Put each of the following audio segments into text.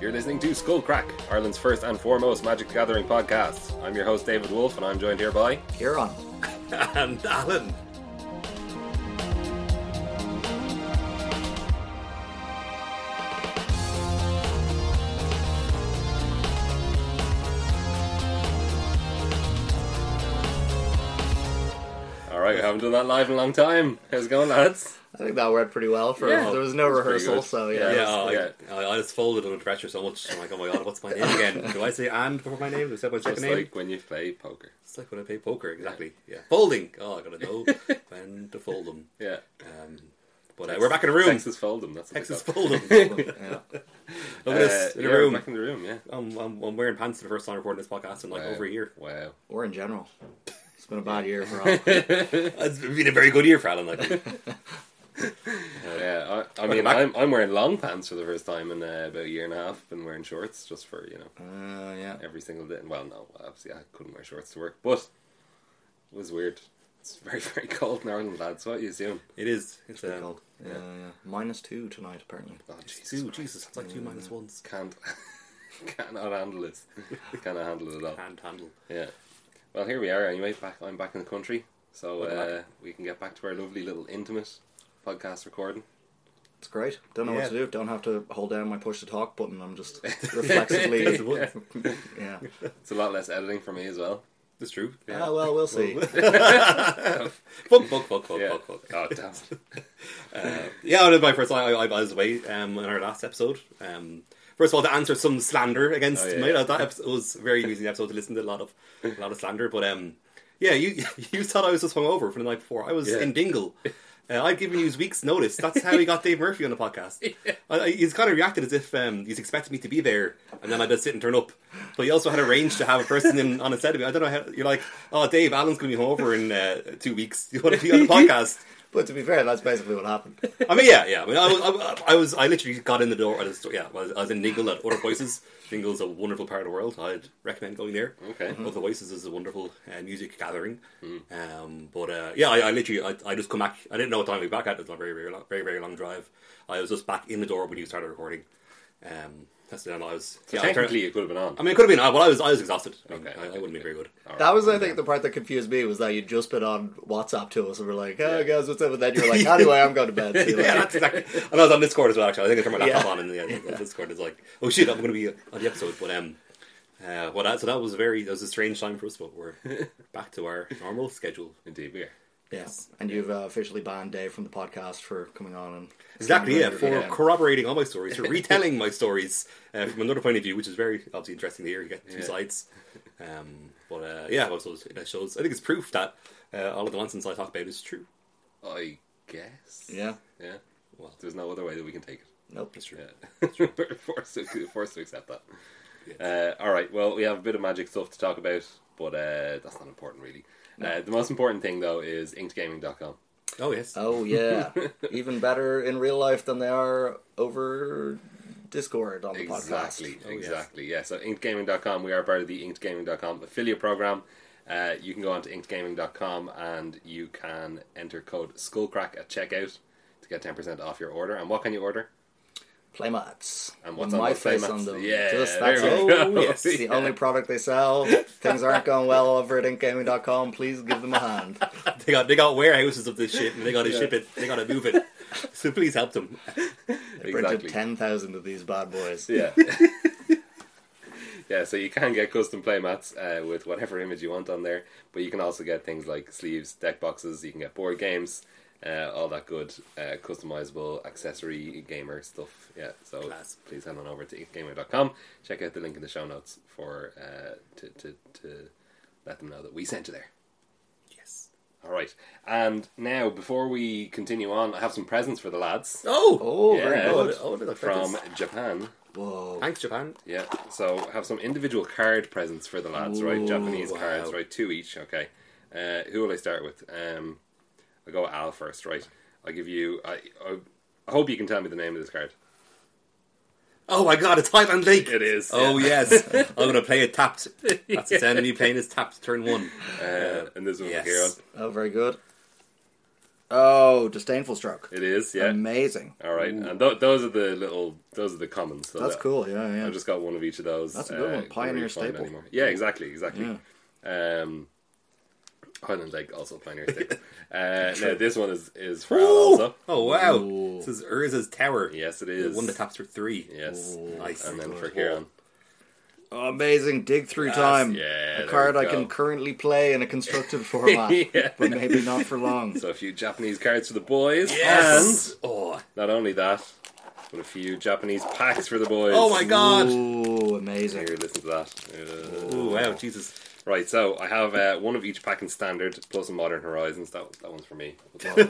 You're listening to Skull Crack, Ireland's first and foremost Magic the Gathering podcast. I'm your host, David Wolfe, and I'm joined here by. You're on. and Alan. Alright, we haven't done that live in a long time. How's it going, lads? I think that worked pretty well for Yeah. there was no pretty rehearsal, good. so Yeah. yeah. Yeah, I, yeah. I, I just folded under pressure so much. I'm like, oh my god, what's my name again? Do I say and before my name? Do I say my second Just name? like when you play poker. It's like when I play poker, exactly. Yeah, folding. Oh, I gotta know when to fold them. Yeah. Um, but uh, we're back in the room. Texas, Texas Fold'em, that's what they fold them. Yeah. Look call at it. us Uh, in the yeah, we're room. Back in the room, yeah. I'm, I'm, I'm wearing pants for the first time recording this podcast in like Wow. over a year. Wow. Or in general. It's been a bad year for all. Uh, It's been a very good year for Alan. Like, Yeah, I, I mean, back. I'm, I'm wearing long pants for the first time in uh, about a year and a half. Been wearing shorts just for, you know, Uh, yeah. every single day. Well, no, obviously I couldn't wear shorts to work, but it was weird. It's very, very cold in Ireland, lads. What are you assume? it is. It's, Pretty um, cold. Yeah, yeah. yeah. Minus two tonight, apparently. Oh, it's Jesus. two. Jesus, it's like two minus ones. Can't, cannot handle it. Cannot handle it at all. Can't handle. Yeah. Well, here we are anyway. Back, I'm back in the country, so Welcome uh, we can get back to our lovely little intimate podcast recording. It's great. Don't know Yeah. what to do. Don't have to hold down my push to talk button. I'm just reflexively. That's yeah. one. It's a lot less editing for me as well. That's true. Ah, well, we'll see. Fuck, fuck, fuck, fuck, yeah. fuck, fuck. Oh, damn. Uh, yeah, that was my first. I, I, I was away um, in our last episode. Um, first of all, to answer some slander against Oh, yeah. me, that, that episode was a very amusing episode to listen to. A lot of a lot of slander, but um, yeah, you you thought I was just hungover from the night before. I was Yeah. in Dingle. Uh, I'd given you a week's notice. That's how we got Dave Murphy on the podcast. I, I- he's kind of reacted as if um, he's expecting me to be there, and then I just sit and turn up. But he also had arranged to have a person in on a set of me. I don't know how you're like, oh, Dave, Alan's going to be hungover in uh, two weeks. You want to be on the podcast? but to be fair, that's basically what happened. I mean, yeah, yeah. I, mean, I, was, I, I was, I literally got in the door. I was, yeah, I was, I was in Dingle at Other Voices. Dingle's a wonderful part of the world. I'd recommend going there. Okay. Other Voices is a wonderful uh, music gathering. Mm. Um, but uh, yeah, I, I literally, I, I just come back. I didn't know what time I'd be back at. It's not a very, very, long, very, very long drive. I was just back in the door when you started recording. Um, that's then I was. So yeah, I, turned- technically, it could have been on. I mean, it could have been. I, well, I was, I was exhausted. I mean, Okay. I, I wouldn't be very good. All right. That was, I think, the part that confused me was that you'd just been on WhatsApp to us and we're like, oh, Yeah. guys, what's up? And then you're like, anyway, I'm going to bed. See you yeah, later. that's exactly. And I was on Discord as well. Actually, I think I turned my laptop Yeah. on, and yeah, yeah. Discord is like, oh shit, I'm going to be on the episode. But um, uh, well, that, so that was very that was a strange time for us, but we're back to our normal schedule. Indeed, we are. Yes, and you've uh, officially banned Dave from the podcast for coming on and Exactly, yeah, for Yeah. corroborating all my stories, for retelling my stories uh, from another point of view, which is very obviously interesting to hear. You get two Yeah. sides. Um, but uh, yeah, also it shows. I think it's proof that uh, all of the nonsense I talk about is true. I guess. Yeah, Yeah. Well, There's no other way that we can take it. nope. it's true. Yeah. We're forced to, forced to accept that. Uh, all right. Well, we have a bit of magic stuff to talk about, but uh, that's not important, really. Uh, the most important thing, though, is inkedgaming.com. Oh yes. Oh yeah, even better in real life than they are over Discord on the Exactly, podcast. Oh, yes. exactly. Yeah, so inkedgaming.com, we are part of the inkedgaming.com affiliate program. Uh, you can go on to inkedgaming.com and you can enter code skullcrack at checkout to get 10% off your order. And what can you order? Playmats And what's With on my those face playmats? on them. Yeah, Just, there that's we it. Oh, go. yes, It's the only product they sell. Things aren't going well over at inkgaming.com. Please give them a hand. They got they got warehouses of this shit, and they got to Yeah. ship it. They got to move it. So please help them. They printed Exactly. ten thousand of these bad boys. Yeah. yeah, so you can get custom playmats uh, with whatever image you want on there, but you can also get things like sleeves, deck boxes, you can get board games, uh, all that good uh, customizable accessory gamer stuff. Yeah, so Class. please head on over to gamer.com. Check out the link in the show notes for uh, to, to, to let them know that we sent you there. Yes. All right, and now before we continue on, I have some presents for the lads Oh. Oh, very Yeah. good. Oh, look, from thanks. Japan. Whoa. Thanks, Japan. Yeah, so I have some individual card presents for the lads, right? Ooh, Japanese wow. cards, right? Two each, okay. Uh, who will I start with? Um, I'll go with Al first, right? I'll give you. I, I, I hope you can tell me the name of this card. Oh my God, it's Highland Lake. It is, Oh yeah. yes, I'm gonna play it tapped. That's its Uh, enemy playing is tapped turn one. Uh, and this one Yes. here. Oh, very good. Oh, disdainful stroke. It is, yeah. Um, Amazing. All right, and th- those are the little, those are the commons. So That's that- cool. Yeah, yeah. I've just got one of each of those. uh, That's a good one. where you Pioneer find staple. anymore. Yeah, exactly, exactly. Um, Highland Lake also pioneer staple. uh, now this one is is for Al also. Oh wow! Ooh. This is Urza's Tower. Yes, it The is. one that taps for three. Yes, Nice. and then Good. for Kieran. Oh, amazing. Dig through time. yeah, there A card we I go. can currently play in a constructed format, Yeah. but maybe not for long. So a few Japanese cards for the boys. Yes. Oh, And not only that, but a few Japanese packs for the boys. oh my God! Ooh, amazing. Here, listen to that. Uh, Oh wow! Jesus. right, so I have uh, one of each pack in standard plus in Modern Horizons. That that one's for me.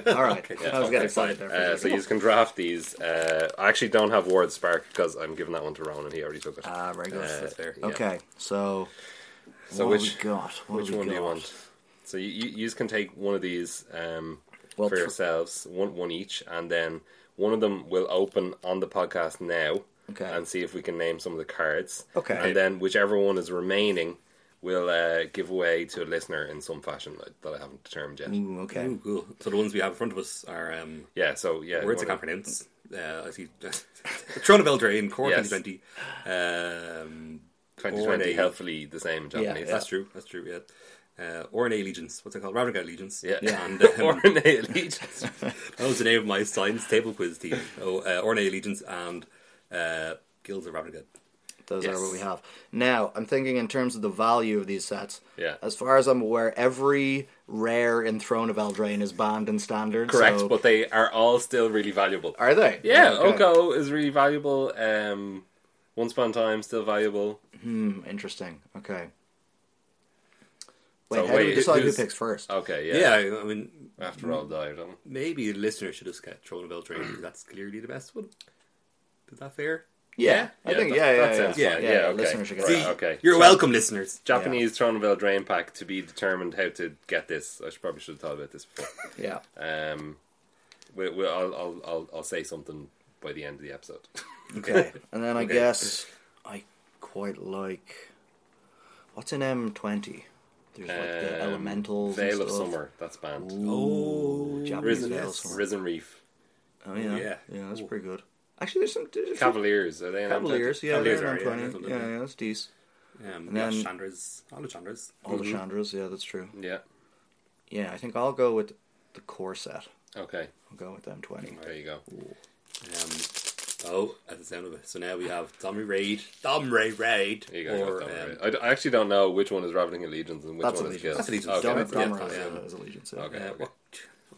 All right. I was okay, getting excited fine. there. For a Uh, so second. you can draft these. Uh, I actually don't have Ward Spark because I'm giving that one to Ronan. He already took it. Ah, very good. Uh, yeah. okay, so So what which have we got? What which have we one do you got? want? So you you, you can take one of these um, Well, for tr- yourselves, one one each, and then one of them will open on the podcast now. Okay. And see if we can name some of the cards. Okay. And then whichever one is remaining, will uh, give away to a listener in some fashion that- that I haven't determined yet. Ooh, okay. Ooh, cool. So the ones we have in front of us are um, Yeah. So yeah. words I you can't wanna- pronounce. Uh, I see. Throne of Eldraine, Core Yes. 2020. Um, 2020 Orne- helpfully the same in Japanese. yeah. That's true. That's true. Yeah. Uh, Ornate Allegiance. What's it called? Ravnica Allegiance. Yeah. uh, yeah. And um, Ornate allegiance. That was the name of my science table quiz team. Oh, uh, Ornate Allegiance and uh, Guilds of Ravnica. Those Yes. are what we have. Now, I'm thinking in terms of the value of these sets. Yeah. As far as I'm aware, every rare in Throne of Eldraine is banned in standard. Correct, so- but they are all still really valuable. are they? Yeah, Okay. Oko is really valuable. Um, Once Upon a Time still valuable. Hmm, interesting. Okay. Wait, So how do we wait, decide who who's- Oh, picks first? Okay, yeah. Yeah, I mean, After all, die or don't. maybe a listener should just get Throne of Eldraine because that's clearly the best one. Is that fair? yeah, I yeah, think that- yeah, yeah, that sounds yeah, fine. yeah, Yeah, yeah, okay. Listeners should get Right, that. Uh, okay. You're welcome, listeners. Japanese Tronville Drain Pack to be determined how to get this. I should probably should have thought about this before. Yeah. Um, we, we, I'll, I'll, I'll, I'll say something by the end of the episode. Okay. And then I Okay. guess I quite like what's an M twenty? There's like the Um, elementals. and Veil of stuff. Summer, that's banned. Oh, Japanese Risen, Veil of yes. Summer. Risen Reef. Oh yeah. yeah. Yeah, that's Ooh. pretty good. Actually there's some there's a few Cavaliers, are they an Cavaliers, M20? yeah, Cavaliers they're are, an yeah, M20. definitely. Yeah, yeah, that's decent. Um, And yeah, then- Chandra's. All the Chandra's. All the Chandras, yeah, that's true. Yeah, Yeah, I think I'll go with the core set. okay. I'll go with M twenty. There you go. Um, oh, at the sound of it. So now we have Domri Raid. Domri Raid. There you go. or, Don't worry. um, I d- I, actually don't know which one is Ravening Allegiance and which That's one is Allegiance. Guild. That's Allegiance. Okay, Dom- that's- Dom- yeah. Domra yeah, is allegiance. yeah. Okay. Uh, what?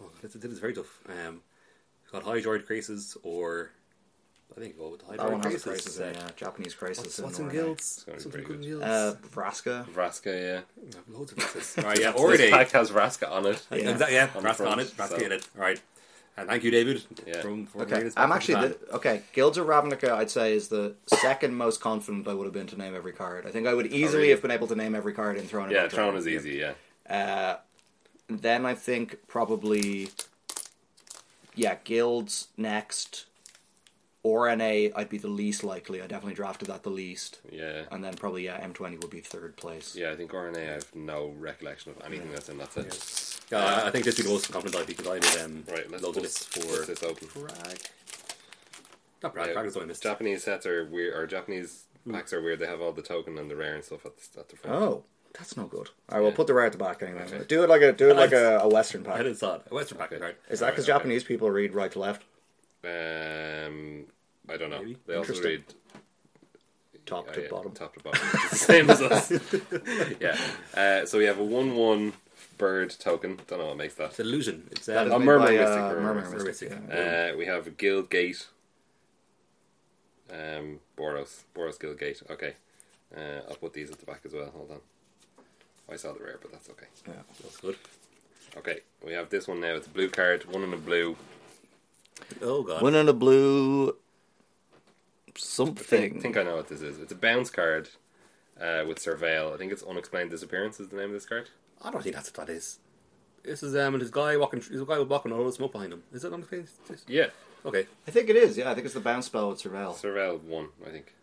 Oh, that's, that is very tough. Um, we've got high droid craces, or I think we'll go with the high That droid one has a craces. crisis in it, yeah. Japanese crisis. What's, in what's in Norway. guilds? gonna be Something pretty good guilds. Uh, Vraska. Vraska, yeah. We have loads of races. All right, yeah, This already. pack has Vraska on it. Yeah. Yeah, yeah. On Rask front, on it. Rask so. in it. All right. And Uh, thank you, David. Yeah. From, from Okay, bringing us back I'm to actually Japan. the, okay. Guilds of Ravnica, I'd say, is the second most confident I would have been to name every card. I think Oh, I would easily really? have been able to name every card in Throne. of Yeah, Eldraine. Tron is easy, yeah. Uh, then I think probably, yeah, guilds next, or NA. I'd be the least likely. I definitely drafted that the least, Yeah. and then probably yeah, M20 would be third place. Yeah, I think RNA, I have no recollection of anything that's in that set. Yeah, I- I think this would be the most confident I'd be because I did um, Right, let's loads of let's- lists let's for just open. Bragg. Not Bragg. Yeah. Bragg is the one I missed. Japanese sets are weird, or Japanese packs are weird. They have all the token and the rare and stuff at the, at the front. Oh, that's no good. All right, we'll put the right at the back anyway. Okay. Do it like a do it like like a, a Western I pack. didn't saw it. Western Pack, right? Is that because Alright, okay. Japanese people read right to left, Um, I don't know. Maybe. They also Interesting. read top oh, to yeah, bottom? top to bottom, It's the same as us. yeah. Uh, so we have a one-one bird token. Don't know what makes that. It's illusion. It's That is um, a made murmur by, mystic, uh, murmur murmur mystic. mystic, Murmur yeah. Uh, we have Guild Gate. Um, Boros. Boros Guild Gate. Okay. Uh, I'll put these at the back as well. Hold on. I saw the rare, but that's okay. That's good. Okay, we have this one now. It's a blue card. One in a blue. Oh god. One in a blue I think, something. think I know what this is. It's a bounce card uh, with surveil. I think it's unexplained disappearance is the name of this card. I don't think that's what that is. This is um this guy walking. This guy walking all the smoke behind him. Is that on the face? Yeah, Okay. I think it is. Yeah, I think it's the bounce spell with Surveil. surveil one. I think.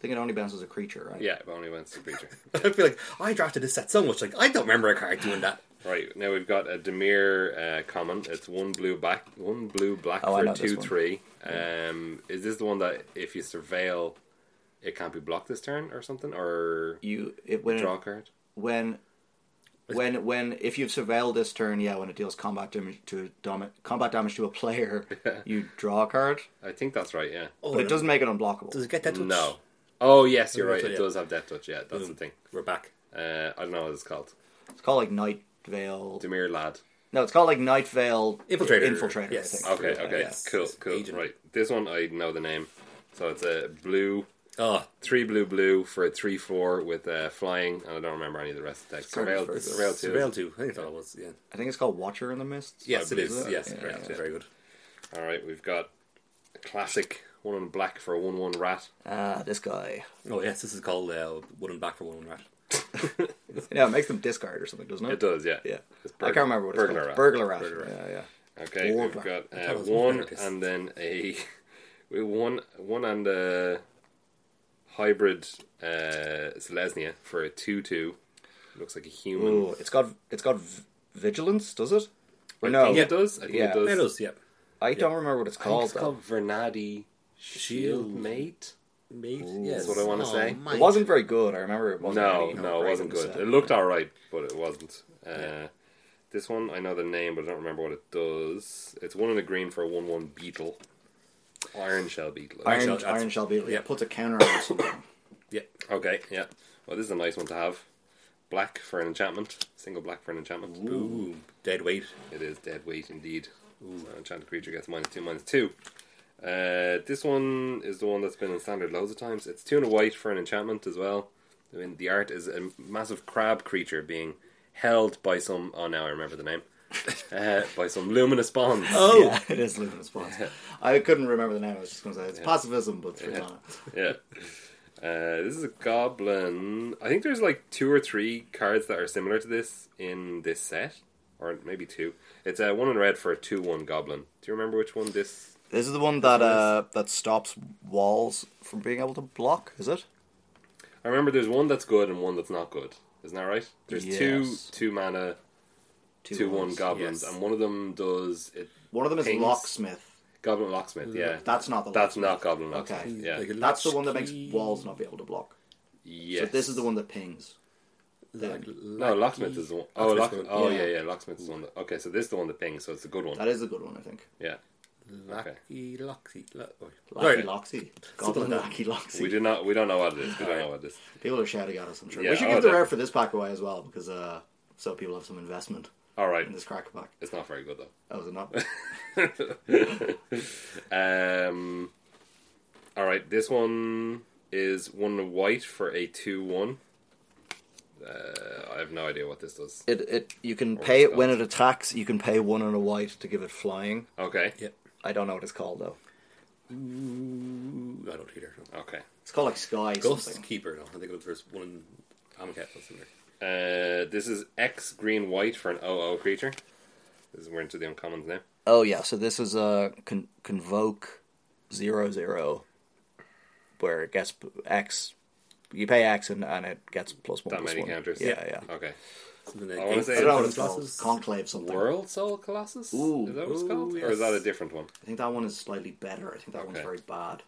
think it only bounces a creature, right? Yeah, if only wins the creature. I feel like I drafted this set so much. Like I don't remember a card doing that. Right now we've got a Demir uh, common. It's one blue black, one blue black Oh, I for know this two one. three. Um, is this the one that if you surveil, it can't be blocked this turn or something or You it when draw a it, card? when when when if you've surveilled this turn, yeah, when it deals combat damage to dam- combat damage to a player, you draw a card, I think that's right. Yeah. Oh, but it doesn't make it unblockable. Does it get that? Touch? No. Oh yes, you're Doesn't right. have It to, does have death touch. Yeah, that's Boom. the thing. We're back. Uh, I don't know what it's called. It's called like Night Veil. Demir lad. No, it's called like Night Veil Infiltrator. Infiltrator. Yes. I think. Okay. Yeah, Okay. yes. Cool. Cool. Agent. Right. This one I know the name. So it's a blue. Oh, Three blue blue for a three four with uh, flying, and I don't remember any of the rest of the text. Card is Surveil, very good. surveil two. Surveil two. I think that was yeah. I think it's called Watcher in the Mist. Yes, it believe is. so. Yes, Yeah, correct. yeah. Very good. All right, we've got a classic one in black for a one-one rat. Ah, this guy. Oh yes, this is called uh, one and back for one and rat. Yeah, it makes them discard or something, doesn't it? It does, yeah. Yeah. It's I can't remember what it's burglar called. rat. Burglar rat. Burglar rat. Yeah, yeah. Okay, Or we've black. got thought uh, it was one anarchist. and then a we one one and a hybrid uh, Selesnya for a two-two. Looks like a human. Ooh, it's got it's got v- vigilance, does it? Or I no, think it does. I think Yeah. it does. It is. Yep. I don't remember what it's I think called. it's though. called Vernadi Shield Mate. Mate. That's what I wanna Oh, say. It wasn't very good. I remember it wasn't. No, really no, great it wasn't in the good. set. It looked all right, but it wasn't. Uh, This one, I know the name, but I don't remember what it does. It's one in a green for a one-one beetle, iron shell beetle. Iron, Shall- that's- Iron Shall Beetle. Yeah, yeah. puts a counter on it. Yep. Okay, yeah. Well, this is a nice one to have. Black for an enchantment, single black for an enchantment. Ooh, dead weight. It is dead weight indeed. So enchanted creature gets minus two, minus two. Uh, this one is the one that's been in standard loads of times. It's two and a white for an enchantment as well. I mean, the art is a massive crab creature being held by some. Oh, now I remember the name. uh, by some luminous bonds. Oh, yeah, it is luminous bonds. I couldn't remember the name. I was just going to say it's pacifism, but it's yeah. Yeah. Uh, this is a goblin. I think there's like two or three cards that are similar to this in this set, or maybe two. It's uh, one in red for a two-one goblin. Do you remember which one this? This is the one that uh, that stops walls from being able to block. Is it? I remember there's one that's good and one that's not good. Isn't that right? There's two Yes. two mana two, one ones. goblins, yes. and one of them does it. One of them is Pings. locksmith. Goblin locksmith. Yeah, That's not the. that's locksmith. not goblin locksmith. Okay. Yeah, Like a That's the one that makes latchkey- walls not be able to block. yes. So this is the one that pings. Like, No, like- locksmith is the one. Oh, lock, Locksmith's oh good. yeah, yeah, locksmith is the one. That, okay, so this is the one that pings, so it's a good one. That is a good one, I think. Yeah. Oh, Okay. Lucky, lucky, lucky. Lucky Right. Loxy. Goblin Something like Lucky Loxy. We do not. We don't know what it is. We don't know what it is. People are shouting at us, I'm sure. Yeah, we should oh, give the that- rare for this pack away as well, because uh, so people have some investment All right, in this cracker pack. it's not very good Oh, is it not? though. Um, all right, this one is one white for a two-one. Uh, I have no idea what this does. it, it you can it's pay it got- when it attacks. You can pay one and a white to give it flying. Okay, Yep. I don't know what it's called though. Ooh, I don't either. No. okay. It's called like Sky Ghost something. Keeper. No, I think it was first one. in Amaket was in there. Uh, this is X green white for an OO creature. This is we're into the uncommons now. Oh yeah, so this is a con- convoke zero zero, where it gets p- X. You pay X and, and it gets plus one. That plus many one. counters. Yeah, yeah. Okay. Something like I wanna say I don't know what it's called. Colossus. Conclave something. World Soul Colossus. Ooh. is that what it's Ooh, called, or is yes. that a different one? I think that one is slightly better. I think that one's Okay. very bad.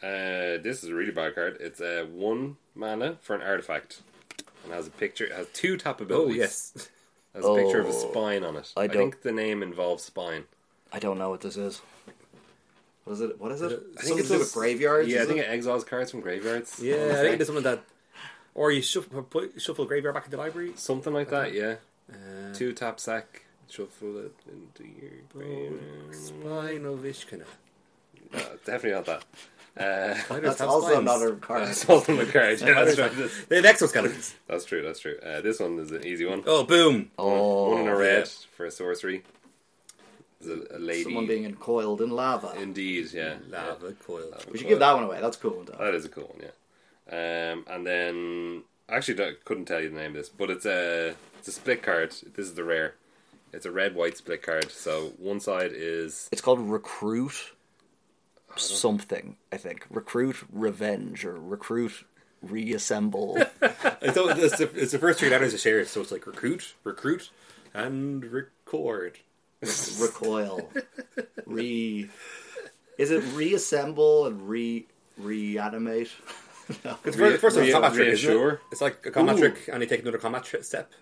Uh, this is a really bad card. It's uh, one mana for an artifact, and has a picture. It has two tap Oh abilities. yes. It has a picture of a Oh. spine on it. I I, don't- think the name involves spine. I don't know what this is. What is it? What is it? I think Something it's to do with just- graveyards. yeah, I is think it? it exiles cards from graveyards. Yeah, I Okay. think there's something that, or you shuffle put, shuffle graveyard back in the library. something like that. Yeah, Uh, two tap sack. Shuffle it into your grave. Oh, spine of Ishkana. No, definitely not that. Uh, that's also another card. it's also the card. Yeah, that's right. That's- The next one's got to That's true. That's true. Uh, this one is an easy one. Oh, boom! Oh, One in a red yeah. for a sorcery. There's a, a lady. someone being encoiled in lava. Indeed, yeah. yeah. Lava coil. we should give that one away. That's a cool one. Though. That is a cool one, yeah. Um, and then I actually don't, couldn't tell you the name of this, but it's a it's a split card. This is the rare. It's a red white split card. So one side is It's called recruit. Uh-huh. something. I think recruit revenge or recruit reassemble. So it's the, it's the first three letters of shares, so it's like recruit, recruit, and record. recoil, re. Is it reassemble and re reanimate? no. It's the first one's Rea- combat trick, isn't it? reassure. It's like a combat Ooh. trick, and you take another combat tri- step.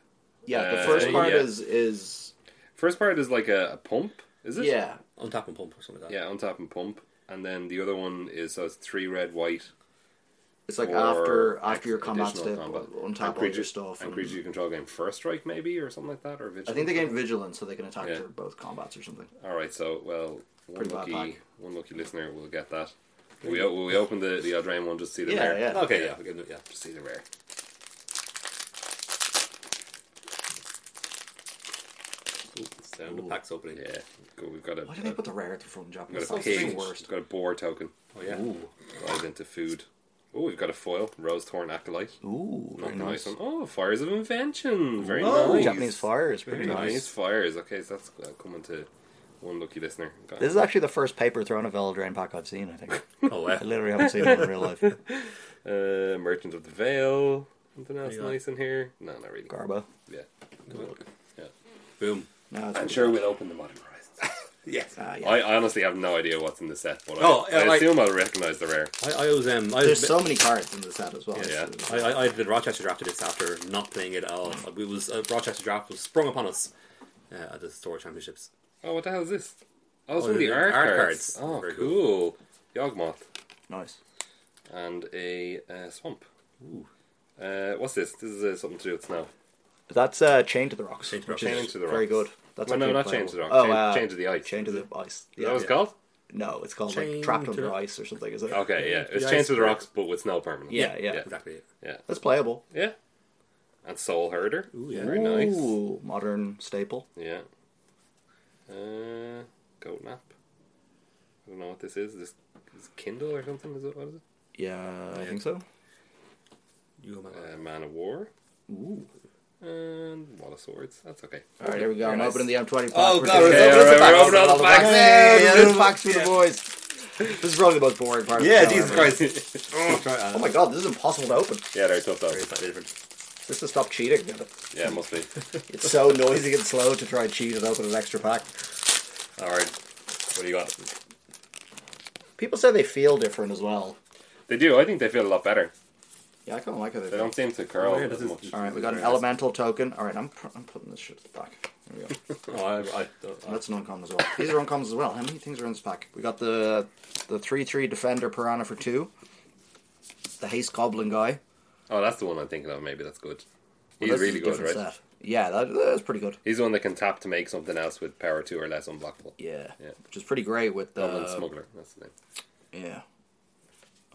Yeah, the Uh, first part yeah. is is First part is like a, a pump, is it? yeah. On top and pump or something like that. Yeah, on top and pump. And then the other one is so it's three red, white. It's like or after ex- after your combat additional step, combat. on And top of all creature- your stuff. And and- creature you control game first strike maybe or something like that or vigilance. I think they gave vigilance so they can attack Yeah. through both combats or something. All right, so well, one Pretty bad lucky pack. one lucky listener will get that. Will we o- will we open the the Eldraine one just see the Yeah, rare? yeah. Okay, yeah, we can do it, yeah. Just see the rare. Ooh, sound of packs opening. Yeah, cool. We've got a, Why did they a put the rare at the front? Japan? we've It's got a the pig. worst. We've got a boar token. Oh yeah. Ooh, Dives into food. Oh, we've got a foil rose thorn acolyte. ooh, very Like a nice one. nice. Oh, fires of invention. Very Oh, nice. Japanese fire is pretty Very Japanese nice. fires. Okay, so that's uh, coming to one lucky listener. Got- This is actually the first paper thrown of Eldraine pack I've seen. I think Oh I well. literally haven't seen it in real life. Uh, Merchant of the Veil. Something else Yeah. nice in here? No, not really. Garbo. Yeah. Yeah. Boom. No, it's I'm sure we'll open the Modern Horizons. Yes. Ah, yeah. I, I honestly have no idea what's in the set, but Oh, I, yeah, I like- assume I'll recognize the rare. I, I was um I There's was so many cards in this set as well. Yeah. It's- I, I, I did Rochester draft this after not playing it at all. We was uh, Rochester draft was sprung upon us uh, at the store championships. Oh, what the hell is this? Oh, it's Oh, one of the the art, art cards. cards. Oh, Very cool. Yawgmoth Nice. and a uh, swamp. Ooh. Uh, what's this? This is uh, something to do with snow. That's uh, Chain to the Rocks. Chain to the which Rocks. is Chain to the Very Rocks. good. That's well, no, actually not playable. change to the rock. Oh, change, uh, change to the ice. Chain to the Ice. Is that Yeah. what it's called? No, it's called like Chain Trapped to Under the- Ice or something, is it? Okay, yeah. The It's ice Chains to the bird. Rocks, but with snow permanent. Yeah, yeah. Yeah. Exactly. Yeah. That's playable. Yeah. And Soul Herder. Ooh, yeah. Very nice. Ooh, modern staple. Yeah. Uh, Goat Nap. I don't know what this is. This is Kindle or something? Is it? What is it? Yeah, I think so. You and Uh, Man of War. Ooh. And Wall of Swords. That's okay. All right, here we go. I'm Very nice. opening the M20 pack. Oh, We're God, doing we're it. opening the Yeah, packs. we're opening all the Packs. packs. Yeah, Yeah, yeah, there's packs for the boys. This is probably the most boring part. of the yeah, uh, show ever. Jesus Christ. Oh my God, this is impossible to open. Yeah, they're tough though. This is stop cheating. Yeah, must be. It's so noisy and slow to try and cheat and open an extra pack. All right. What do you got? People say they feel different as well. They do. I think they feel a lot better. Yeah, I kind of like how they They feel. don't seem to curl Oh, yeah, as this is- much. All right, we got an Very nice. elemental token. All right, I'm pr- I'm putting this shit to the back. There we go. Oh, I, I, I, That's an uncommon as well. These are uncommons as well. How many things are in this pack? We got the the three three defender piranha for two. The haste goblin guy. Oh, that's the one I'm thinking of. Maybe that's good. Well, He's this is really a good, right? different set. Yeah, that, that's pretty good. He's the one that can tap to make something else with power two or less unblockable. Yeah. Yeah. which is pretty great with the Goblin smuggler. That's the name. yeah.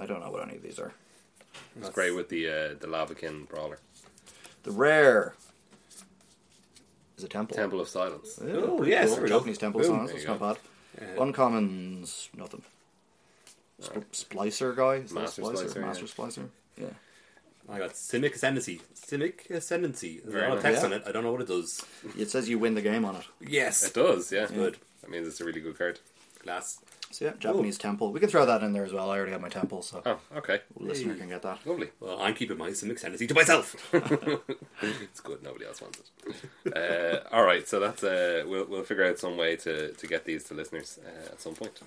I don't know what any of these are. It's great with the uh, the lavakin brawler. The rare is a temple. Temple of Silence. Yeah, Oh, pretty yes, cool. there we go. Japanese temple Boom. signs. There That's you not bad. Uncommons, nothing. Sp- Splicer guy, is that a Master splicer? Splicer, yeah. master splicer. Yeah. I got Simic Ascendancy. Simic Ascendancy. There's Very a lot nice. of text on Yeah. it. I don't know what it does. It says you win the game on it. Yes. It does, yeah. Good. That means it's a really good card. Glass. So yeah, Japanese temple. We can throw that in there as well. I already have my temple, so Oh, okay. the listener can get that. Oh. Lovely. Well, I'm keeping my Simic Ascendancy to myself. It's good. Nobody else wants it. Uh, all right, so that's uh, we'll we'll figure out some way to, to get these to listeners uh, at some point.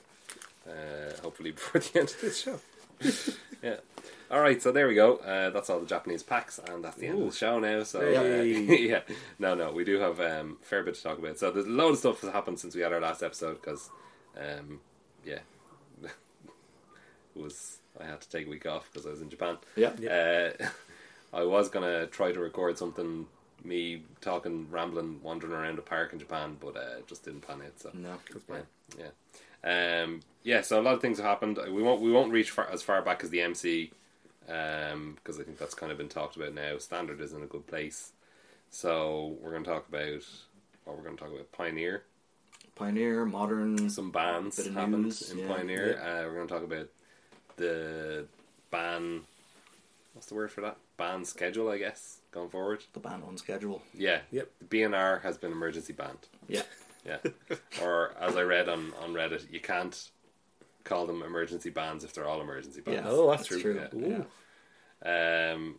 Uh, hopefully before the end of this show. yeah. All right, so there we go. Uh, that's all the Japanese packs, and that's the end of the show now. So uh, Yay. yeah, no, no, we do have um, a fair bit to talk about. So there's a load of stuff has happened since we had our last episode because, um, yeah, it was I had to take a week off because I was in Japan. Yeah. Uh, I was gonna try to record something, me talking, rambling, wandering around a park in Japan, but uh, it just didn't pan out. So No. yeah, yeah, um, yeah. So a lot of things have happened. We won't we won't reach far, as far back as the MC because I think that's kind of been talked about now. Standard is in a good place, so we're gonna talk about. Well, we're going to talk about Pioneer. Pioneer, modern. Some bans Bit of happened news, in yeah. Pioneer. Uh, we're going to talk about the ban. What's the word for that? Ban schedule, I guess, going forward. The ban on schedule. Yeah. Yep. The BNR has been emergency banned. Yeah. Yeah. or as I read on, on Reddit, you can't call them emergency bans if they're all emergency bans. Yeah. Oh, that's, That's true. true. Ooh. Yeah. Um,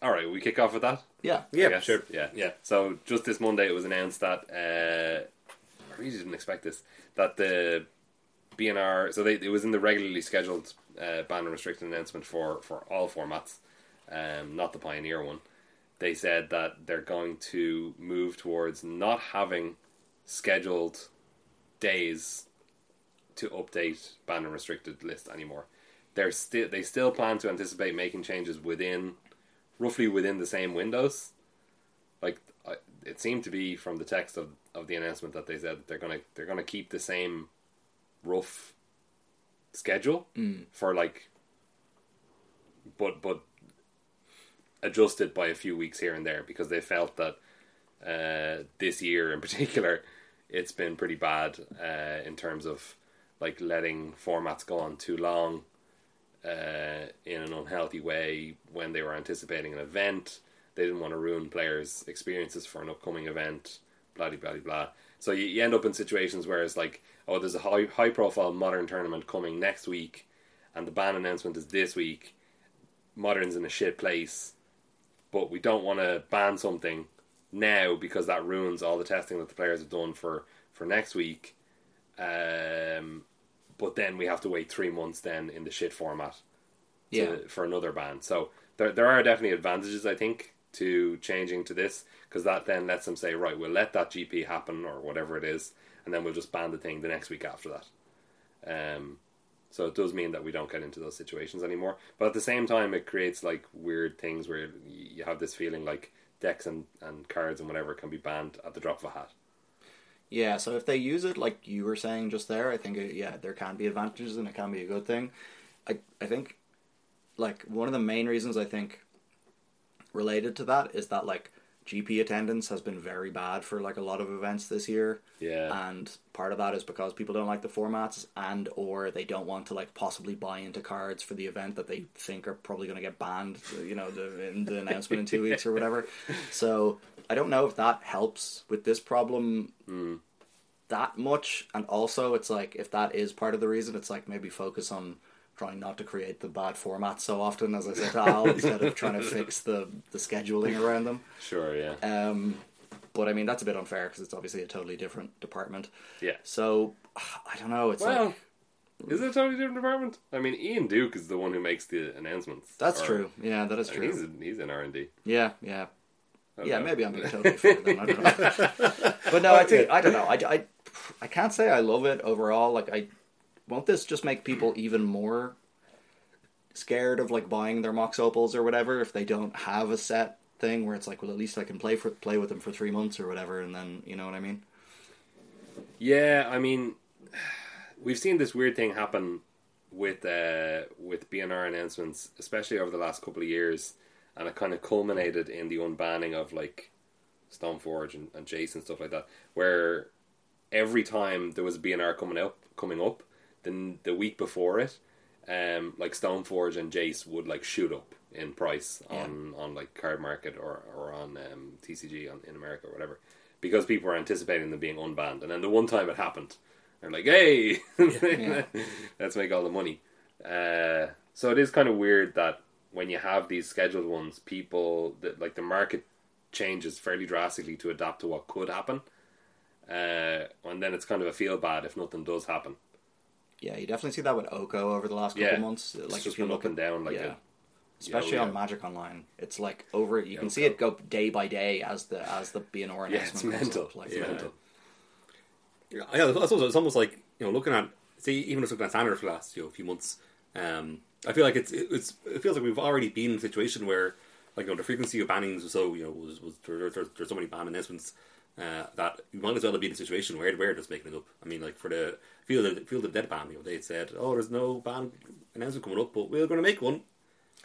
all right, we kick off with that. Yeah. Yeah, I guess. sure. Yeah, yeah. So just this Monday, it was announced that uh, I really didn't expect this. That the BNR, so they, it was in the regularly scheduled uh, ban and restrict announcement for for all formats, um, not the Pioneer one. They said that they're going to move towards not having scheduled days to update ban and restricted list anymore. They're still they still plan to anticipate making changes within roughly within the same windows. Like I, it seemed to be from the text of, of the announcement that they said that they're gonna they're gonna keep the same rough schedule for like, but but adjusted by a few weeks here and there because they felt that uh, this year in particular it's been pretty bad uh, in terms of like letting formats go on too long uh, in an unhealthy way when they were anticipating an event. They didn't want to ruin players' experiences for an upcoming event. Blah de blah de blah. So you, you end up in situations where it's like, oh, there's a high high profile modern tournament coming next week, and the ban announcement is this week. Modern's in a shit place, but we don't want to ban something now because that ruins all the testing that the players have done for for next week. Um, but then we have to wait three months then in the shit format to, Yeah. for another ban. So there, there are definitely advantages, I think, to changing to this because that then lets them say, right, we'll let that GP happen or whatever it is, and then we'll just ban the thing the next week after that. Um, so it does mean that we don't get into those situations anymore. But at the same time, it creates like weird things where y- you have this feeling like decks and, and cards and whatever can be banned at the drop of a hat. Yeah, so if they use it like you were saying just there, I think uh, yeah, there can be advantages and it can be a good thing. I I think like one of the main reasons I think related to that is that like GP attendance has been very bad for like a lot of events this year. Yeah. And part of that is because people don't like the formats and or they don't want to like possibly buy into cards for the event that they think are probably going to get banned, you know, the, in the announcement in 2 weeks or whatever. So, I don't know if that helps with this problem that much and also it's like if that is part of the reason it's like maybe focus on trying not to create the bad formats so often as i said to al instead of trying to fix the the scheduling around them sure, yeah. um but i mean that's a bit unfair because it's obviously a totally different department yeah. so i don't know it's Well, like is it a totally different department? I mean, Ian Duke is the one who makes the announcements. that's Or- true yeah that is I mean, he's true in, he's in R and D. yeah yeah yeah, maybe I'm being totally fair then. I don't know. but no, I think I don't know. I, I, I can't say I love it overall. Like I won't this just make people even more scared of like buying their mox opals or whatever if they don't have a set thing where it's like, well, at least I can play for play with them for three months or whatever, and then you know what I mean? Yeah, I mean, we've seen this weird thing happen with uh, with BNR announcements, especially over the last couple of years, and it kind of culminated in the unbanning of like Stoneforge and, and Jace and stuff like that, where every time there was a BNR coming up, coming up, then the week before it, um, like Stoneforge and Jace would like shoot up in price on on like card market or or on um, TCG on, in America or whatever, because people were anticipating them being unbanned, and then the one time it happened, they're like, hey, let's make all the money. Uh, so it is kind of weird that when you have these scheduled ones, people that like the market changes fairly drastically to adapt to what could happen uh, and then it's kind of a feel bad if nothing does happen. Yeah, you definitely see that with Oko over the last couple Yeah. months. It's Like just if you been look up and at down, like yeah. yeah, especially yeah. on Magic Online, it's like over. You can see Oko. it go day by day as the as the B and R yeah, it's announcement. comes mental. up, Like, it's yeah. mental. Yeah, I I suppose it's almost like you know, looking at say even just looking at standard for the last you know few months. Um, I feel like it's it's it feels like we've already been in a situation where like you know the frequency of bannings was so you know was was there, there, there's so many ban announcements uh, that you might as well have been in a situation where we're just making it up. I mean, like for the field of, field of dead ban, you know, they had said, oh, there's no ban announcement coming up, but we're going to make one.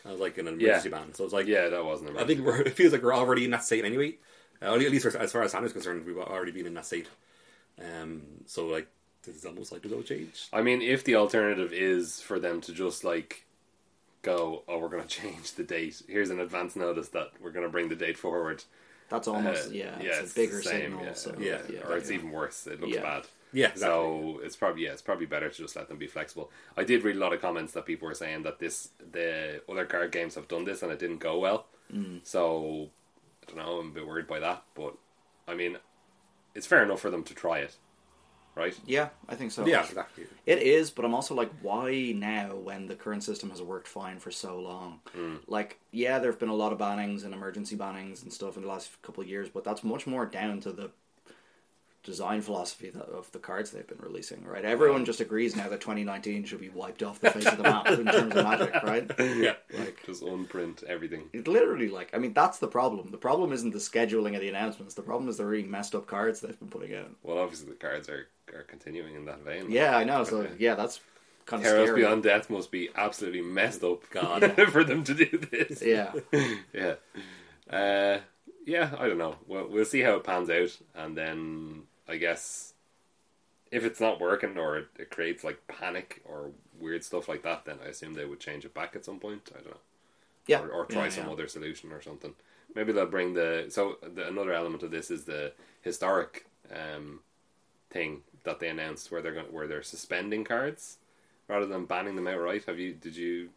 I was like in an emergency ban, so it's like Yeah, that wasn't. I think we're, it feels like we're already in that state anyway. Uh, at least as far as Sam is concerned, we've already been in that state. Um, so like, this is almost like there's no change. I mean, if the alternative is for them to just like go, oh, we're going to change the date. Here's an advance notice that we're going to bring the date forward. That's almost Uh, yeah, yeah, it's, it's a bigger the same, signal. yeah. So Yeah, or it's even worse. It looks Yeah. bad. Yeah, exactly. So it's probably yeah, it's probably better to just let them be flexible. I did read a lot of comments that people were saying that this the other card games have done this and it didn't go well. So I don't know. I'm a bit worried by that, but I mean, it's fair enough for them to try it, right? Yeah, I think so. yeah, exactly. It is, but I'm also like, why now when the current system has worked fine for so long? Hmm. Like, yeah, there have been a lot of bannings and emergency bannings and stuff in the last couple of years, but that's much more down to the design philosophy tha- of the cards they've been releasing, right? Everyone just agrees now that 2019 should be wiped off the face of the map in terms of magic, right? Yeah. Like, Just unprint everything. it literally, like, I mean, that's the problem. The problem isn't the scheduling of the announcements, the problem is the really messed up cards they've been putting out. Well, obviously the cards are are continuing in that vein. Yeah, I know. So, yeah, that's kind of Hmm. Heroes scary. Beyond Death must be absolutely messed up, God. for them to do this. Yeah. yeah. Uh, yeah, I don't know. We'll, we'll see how it pans out, and then I guess if it's not working or it, it creates like panic or weird stuff like that, then I assume they would change it back at some point. I don't know. Yeah. Or, or try Yeah, some yeah. other solution or something. Maybe they'll bring the so the, another element of this is the historic um, thing that they announced where they're going where they're suspending cards rather than banning them outright. Have you did you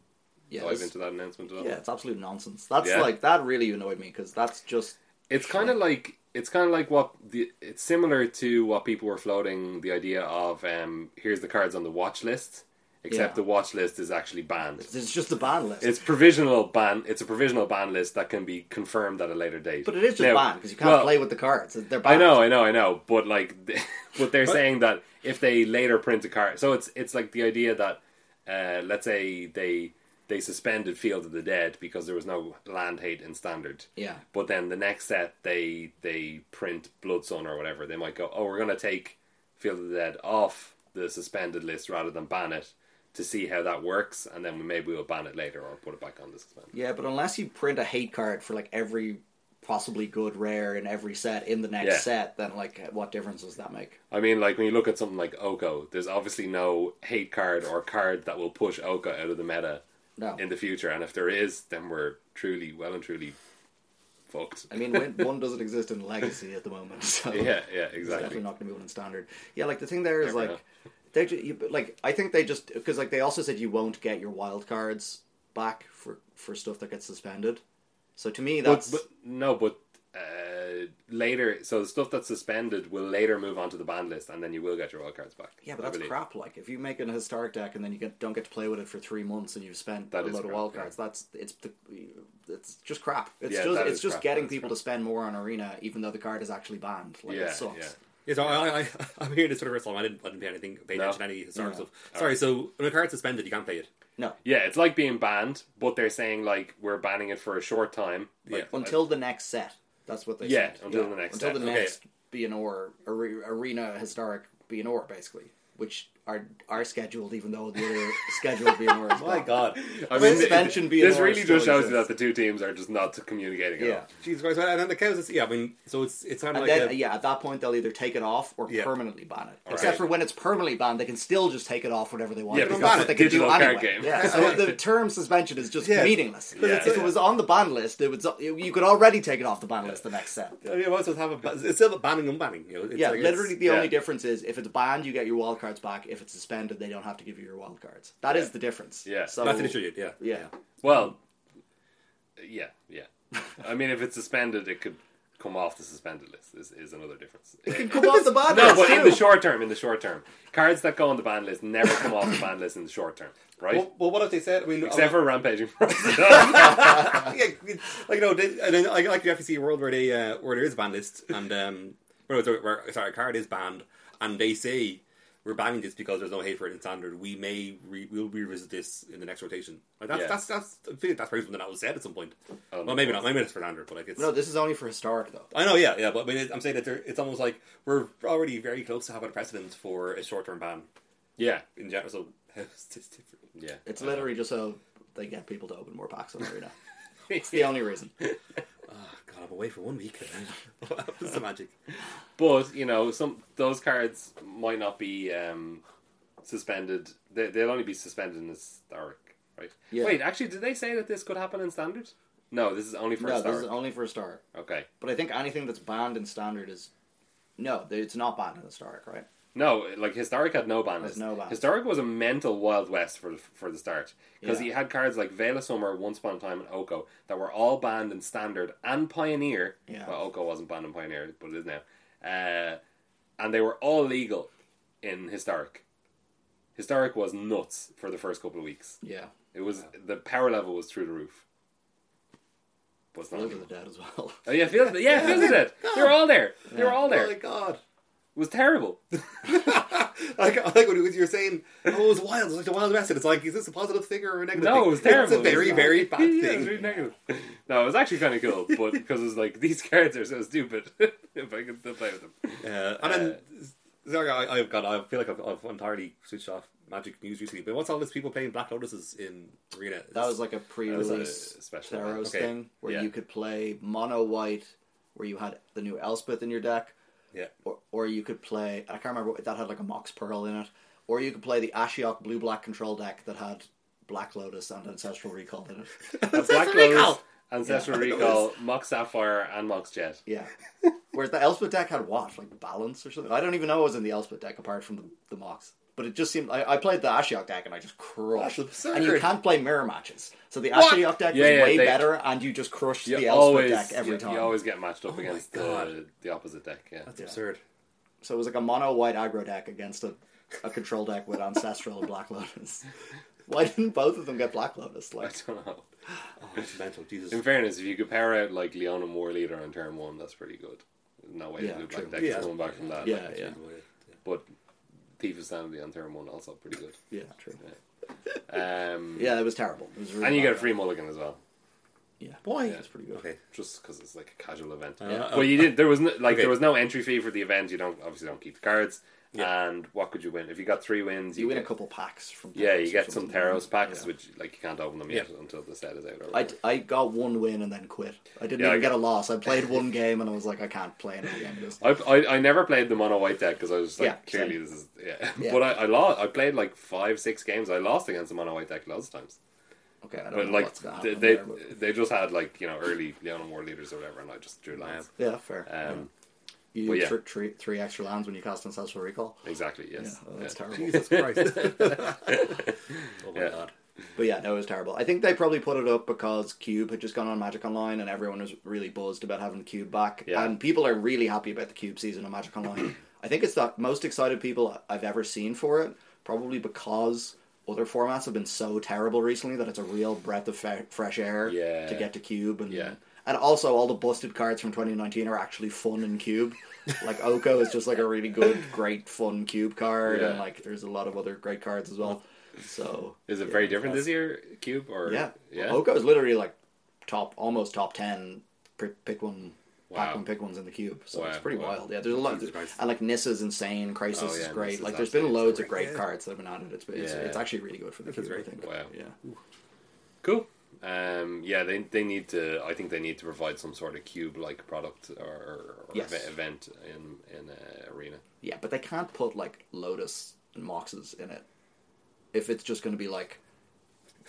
Yeah, dive it's- into that announcement at all? Yeah, it's absolute nonsense. That's Yeah. like that really annoyed me because that's just It's kind of like it's kind of like what the it's similar to what people were floating the idea of um here's the cards on the watch list except Yeah. the watch list is actually banned. it's just a ban list. It's provisional ban. It's a provisional ban list that can be confirmed at a later date. but it is just Now- banned because you can't well, play with the cards. They're I banned. know, I know, I know. But like, but they're But- saying that if they later print a card, so it's it's like the idea that uh, let's say they they suspended Field of the Dead because there was no land hate in standard. Yeah. But then the next set they they print Blood Sun or whatever. They might go, oh, we're gonna take Field of the Dead off the suspended list rather than ban it to see how that works, and then maybe we'll ban it later or put it back on the suspended. Yeah, but unless you print a hate card for like every possibly good rare in every set in the next Yeah. set, then like what difference does that make? I mean, like when you look at something like Oko, there's obviously no hate card or card that will push Oko out of the meta No. in the future, and if there is, then we're truly, well and truly, fucked. I mean, when- one doesn't exist in Legacy at the moment, so yeah, yeah, It's exactly. definitely not going to be one in standard. Yeah, like the thing there is Never like know. they ju- you, like I think they just because like they also said you won't get your wild cards back for for stuff that gets suspended. So to me, But, that's but no, but uh, later, so the stuff that's suspended will later move onto the ban list, and then you will get your wild cards back. yeah, I but that's believe. crap. Like if you make an historic deck and then you get, don't get to play with it for three months and you've spent That a is load of crap, wild yeah. cards, that's it's the, it's just crap. It's Yeah, just that it's is just crap, getting that is people to spend more on arena even though the card is actually banned. Like Yeah, it sucks. yeah. Yeah, so I, I, I'm hearing this for the first time. I didn't, I didn't pay anything, pay No. attention to any historic No. stuff. Sorry, so when a card's suspended, you can't play it. No, Yeah, it's like being banned, but they're saying like we're banning it for a short time. Like, Yeah. until the next set. That's what they Yeah, said. until the next until set. the Okay. next B&R are- arena historic B&R basically, which are are scheduled even though the other scheduled B&R is My gone. God, I mean, th- suspension being this more really still just shows you exists. that the two teams are just not communicating at Yeah. all. Jesus Christ! And then the cows. is- Yeah, I mean, so it's it's kind And of like then a- yeah, at that point they'll either take it off or Yeah. permanently ban it. Except Alright. for when it's permanently banned, they can still just take it off whenever they want. Yeah, because but that's ban what it. they can do Digital card anyway. game. Yeah, so the term suspension is just Yeah. meaningless. But it's- If it was on the ban list, it would you could already take it off the ban list the next set. I mean, it might as well have a, ba- it's still banning and banning. You know, it's Yeah, like, literally It's, the only yeah. difference is if it's banned, you get your wild cards back. If it's suspended, they don't have to give you your wild cards. That is Yeah. the difference. Yeah. so that's an issue. Yeah, Yeah, Well, yeah, yeah. I mean, if it's suspended, it could come off the suspended list. Is, is another difference. it can come off the ban no, list but in too. the short term, in the short term, cards that go on the ban list never come off the ban list in the short term, right? Well, well, what if they said? I mean, um, Except for rampaging. yeah, it's- like no, they, and then I like you have to see a world where they uh, where there is a ban list and um, where, where, where sorry, a card is banned, and they say we're banning this because there's no hate for it in standard. We may re- we'll revisit this in the next rotation. Like that's Yeah. that's that's I feel like that's probably something that was said at some point. Oh, no. well, maybe not. Maybe it's for standard, but like it's. No, this is only for historic though. I know, yeah, yeah, but I mean, it, I'm saying that there, it's almost like we're already very close to having a precedent for a short-term ban yeah, in general. So how's this different? yeah. It's I know. literally just so they get people to open more packs on arena. it's the only reason. Oh, God, I'm away for one week. What's the magic? But you know, some those cards might not be um, suspended. They, they'll only be suspended in historic, right? Yeah. Wait, actually, did they say that this could happen in standard? No, this is only for no, historic. this is only for historic. Okay. But I think anything that's banned in standard is no, it's not banned in historic, right? No, like historic had no ban. There's no ban. Historic was a mental wild west for the, for the start because Yeah. he had cards like Veil of Summer, Once Upon a Time, and Oko that were all banned in Standard and Pioneer. Yeah. Well, Oko wasn't banned in Pioneer, but it is now. Uh, and they were all legal in Historic. Historic was nuts for the first couple of weeks. Yeah. It was the power level was through the roof. But it's not Those are anymore. the dead as well. Oh yeah, Fields. Yeah, Fields of Dead. They were all there. They were all there. Oh my god. It was terrible. I like, I like what you were saying. Oh, it was wild. It was like the Wild West. And it's like, is this a positive thing or a negative No, thing? it was terrible. It's a very, It was- very bad Yeah, it was thing. really negative. No, it was actually kind of cool, but because it was like these cards are so stupid. if I could still play with them, Uh, and then, sorry, I, I've got. I feel like I've, I've entirely switched off Magic news recently. But what's all this people playing Black Lotuses in Arena? Is That this- was like a pre-release a special event. Theros Okay. thing where Yeah. you could play mono white, where you had the new Elspeth in your deck, yeah. or, or you could play. I can't remember what- that had like a Mox Pearl in it, or you could play the Ashiok blue black control deck that had Black Lotus and Ancestral Recall in it. And Black Ancestral Recall! Lotus, Ancestral Yeah. Recall, Mox Sapphire, and Mox Jet. Yeah. Whereas the Elspeth deck had what, like balance or something? I don't even know what was in the Elspeth deck apart from the, the Mox. But it just seemed I, I played the Ashiok deck and I just crushed. That's absurd. And you can't play mirror matches, so the What? Ashiok deck Yeah, was yeah, way they- better, and you just crushed You the Elspeth always, deck every you, time. you always get matched up Oh my against the, God. the opposite deck. Yeah, That's absurd. So it was like a mono white aggro deck against a, a control deck with Ancestral and Black Lotus. Why didn't both of them get Black Lotus? I Like, don't know. Oh, it's mental. Jesus. In fairness, if you could power out like Leona Moore leader on turn one, that's pretty good. There's No way Yeah, the blue true. black deck Yeah. is coming back from that. Yeah, yeah. But Thief of Sanity on turn one also pretty good. yeah, true. Um, Yeah, it was terrible. It was really And you get a bad. free mulligan as well, Yeah, Why? it's pretty good. Okay. just because it's like a casual event. Yeah. Well, you did. There was no, like Okay. there was no entry fee for the event. You don't obviously don't keep the cards. Yeah. And what could you win if you got three wins? You win a couple packs from. Yeah, Theros you or get some something. Theros packs, Yeah. which like you can't open them yet until the set is out. Or I, whatever. d- I got one win and then quit. I didn't Yeah, I even get got- a loss. I played one game and I was like, I can't play another game of this. I, I, I never played the mono white deck because I was just like, Yeah, clearly same. this is yeah. Yeah. But I, I lost. I played like five, six games. I lost against the mono white deck lots of times. Okay, I don't But know like what's gonna they happen they, there, but- they just had like you know early Leona Moore leaders or whatever, and I just drew lands. yeah, fair. Um, yeah. You well, well, yeah. three, three extra lands when you cast Ancestral Recall. Exactly. Yeah, Yes. oh, that's Yeah. terrible. Jesus Christ. oh my Yeah. god. But yeah, no, it was terrible. I think they probably put it up because Cube had just gone on Magic Online and everyone was really buzzed about having Cube back. Yeah. And people are really happy about the Cube season on Magic Online. I think it's the most excited people I've ever seen for it, probably because other formats have been so terrible recently that it's a real breath of fe- fresh air Yeah. to get to Cube. And, Yeah. and also, all the busted cards from 2019 are actually fun in Cube. like, Oko is just like a really good, great, fun Cube card. And Yeah. like, there's a lot of other great cards as well. So Is it very different this year, Cube? Or yeah, Oh. yeah. Oko is literally like top, almost top ten. pri- Pick one, Wow. pack one, pick ones in the cube. So it's Wow, pretty wow. wild. Yeah, there's a lot, Jesus Christ. and like Nissa's insane. Crisis Oh, yeah, is great. Nissa's like there's absolutely been loads of insane. great Yeah. cards that have been added. It's it's, Yeah. it's actually really good for the This is cube. I great. think. Wow. Yeah. Cool. Um, yeah, they they need to. I think they need to provide some sort of cube like product or, or, or Yes. ev- event in in uh, arena. Yeah, but they can't put like Lotus and Moxes in it if it's just going to be like,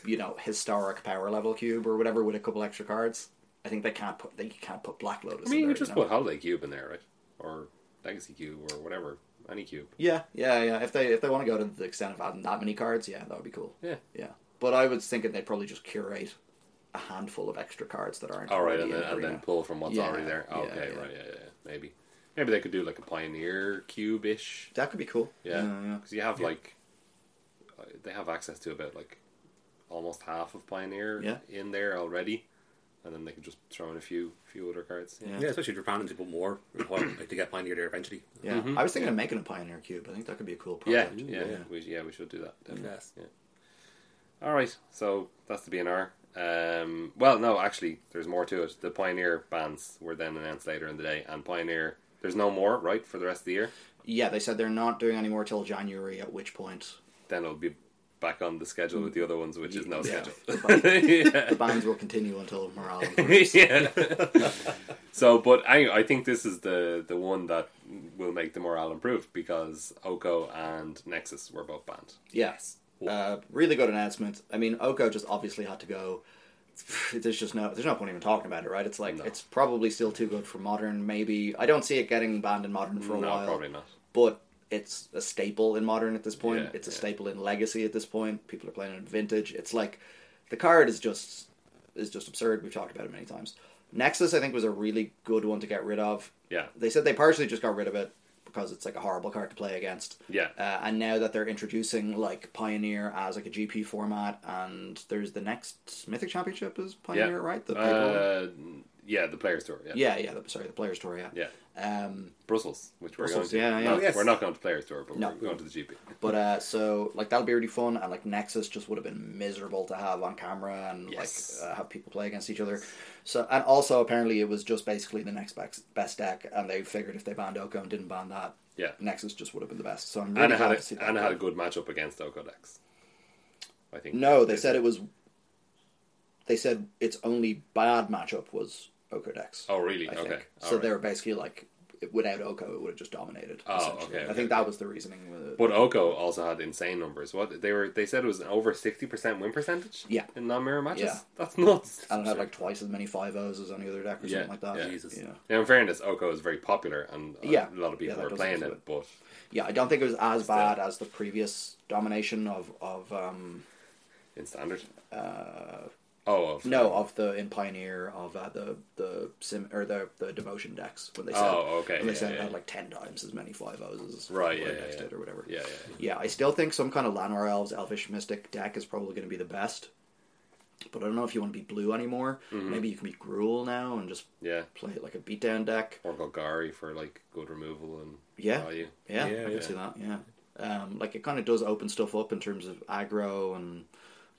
you know, historic power level cube or whatever with a couple extra cards. I think they can't put they can't put Black Lotus. I mean, in you there, could just know? put holiday cube in there, right? Or legacy cube, or whatever, any cube. Yeah, yeah, yeah. If they if they want to go to the extent of adding that many cards, yeah, that would be cool. Yeah. yeah. But I was thinking they'd probably just curate a handful of extra cards that aren't. All right, already and then, in and then Arena. pull from what's Yeah, already there. yeah, okay, yeah. right, yeah, yeah, maybe, maybe they could do like a pioneer cube ish. that could be cool. Yeah, yeah, yeah. because you have like uh, they have access to about like almost half of Pioneer Yeah. in there already, and then they can just throw in a few few other cards. Yeah. Yeah, especially if you're planning to put more like, to get Pioneer there eventually. Yeah. I was thinking of making a Pioneer Cube. I think that could be a cool yeah, project. yeah, yeah. We, yeah, we should do that. Definitely. Yes. Yeah. All right, so that's the BNR. Um, well, no, actually, there's more to it. The Pioneer bans were then announced later in the day, and Pioneer. There's no more, right, for the rest of the year. Yeah, they said they're not doing any more till January. At which point, Then it'll be back on the schedule with the other ones, which is no Mm, Yeah. schedule. Yeah. the bans will continue until morale. yeah. so, but I, I think this is the the one that will make the morale improve because Oko and Nexus were both banned. yes. Uh, really good announcement. I mean, Oko just obviously had to go. There's just no, there's no point even talking about it, right? It's like No. it's probably still too good for modern. Maybe I don't see it getting banned in modern for a No, while. probably not. But it's a staple in modern at this point. Yeah, it's a yeah. staple in legacy at this point. People are playing it in vintage. It's like the card is just is just absurd. We've talked about it many times. Nexus, I think, was a really good one to get rid of. Yeah. They said they partially just got rid of it because it's like a horrible card to play against. Yeah. Uh, and now that they're introducing like Pioneer as like a GP format, and there's the next Mythic Championship is Pioneer, right? The paper one? Uh, yeah, the player store. Yeah. yeah, yeah. The, sorry, the Players Tour, yeah. Yeah. Um, Brussels, which we're Brussels, going to. yeah, yeah. No, Oh, yes. We're not going to player store, but No. we're going to the GP. but uh, so like that'll be really fun, and like Nexus just would have been miserable to have on camera and Yes. like uh, have people play against each other. So and also apparently it was just basically the next best, best deck, and they figured if they banned Oko and didn't ban that, Yeah. Nexus just would have been the best. So I'm really Anna glad had to see a, that. Anna had a good matchup against Okodex. I think. No, they said it was. They said its only bad matchup was Oko Dex. Oh, really? I okay. think. all so right. they were basically like, it- without Oko, it would have just dominated. Oh, essentially. okay, I okay, think that was the reasoning. With it. But Oko also had insane numbers. What they were, they said it was over sixty percent win percentage. Yeah. in non-mirror matches. Yeah. That's nuts. and it had like twice as many five O's as any other deck or yeah, something like that. Yeah. Jesus. Yeah. Now, in fairness, Oko is very popular, and uh, Yeah. a lot of Yeah, people that were does playing help it. But Yeah, I don't think it was as bad as the previous domination of of um in standard, uh, oh of- no of the in Pioneer of uh, the the sim or the the devotion decks when they said Oh, okay, when they yeah, said it yeah. had like ten times as many five O's as Right, what yeah, the yeah, next yeah. did or whatever. yeah, yeah, Yeah, I still think some kind of Lanwar Elves Elvish Mystic deck is probably going to be the best. But I don't know if you want to be blue anymore. Maybe you can be Gruul now and just yeah. play it like a beatdown deck. Or Golgari for like good removal and Yeah. value. Yeah, Yeah, I can yeah. see that. Yeah, um, like it kind of does open stuff up in terms of aggro and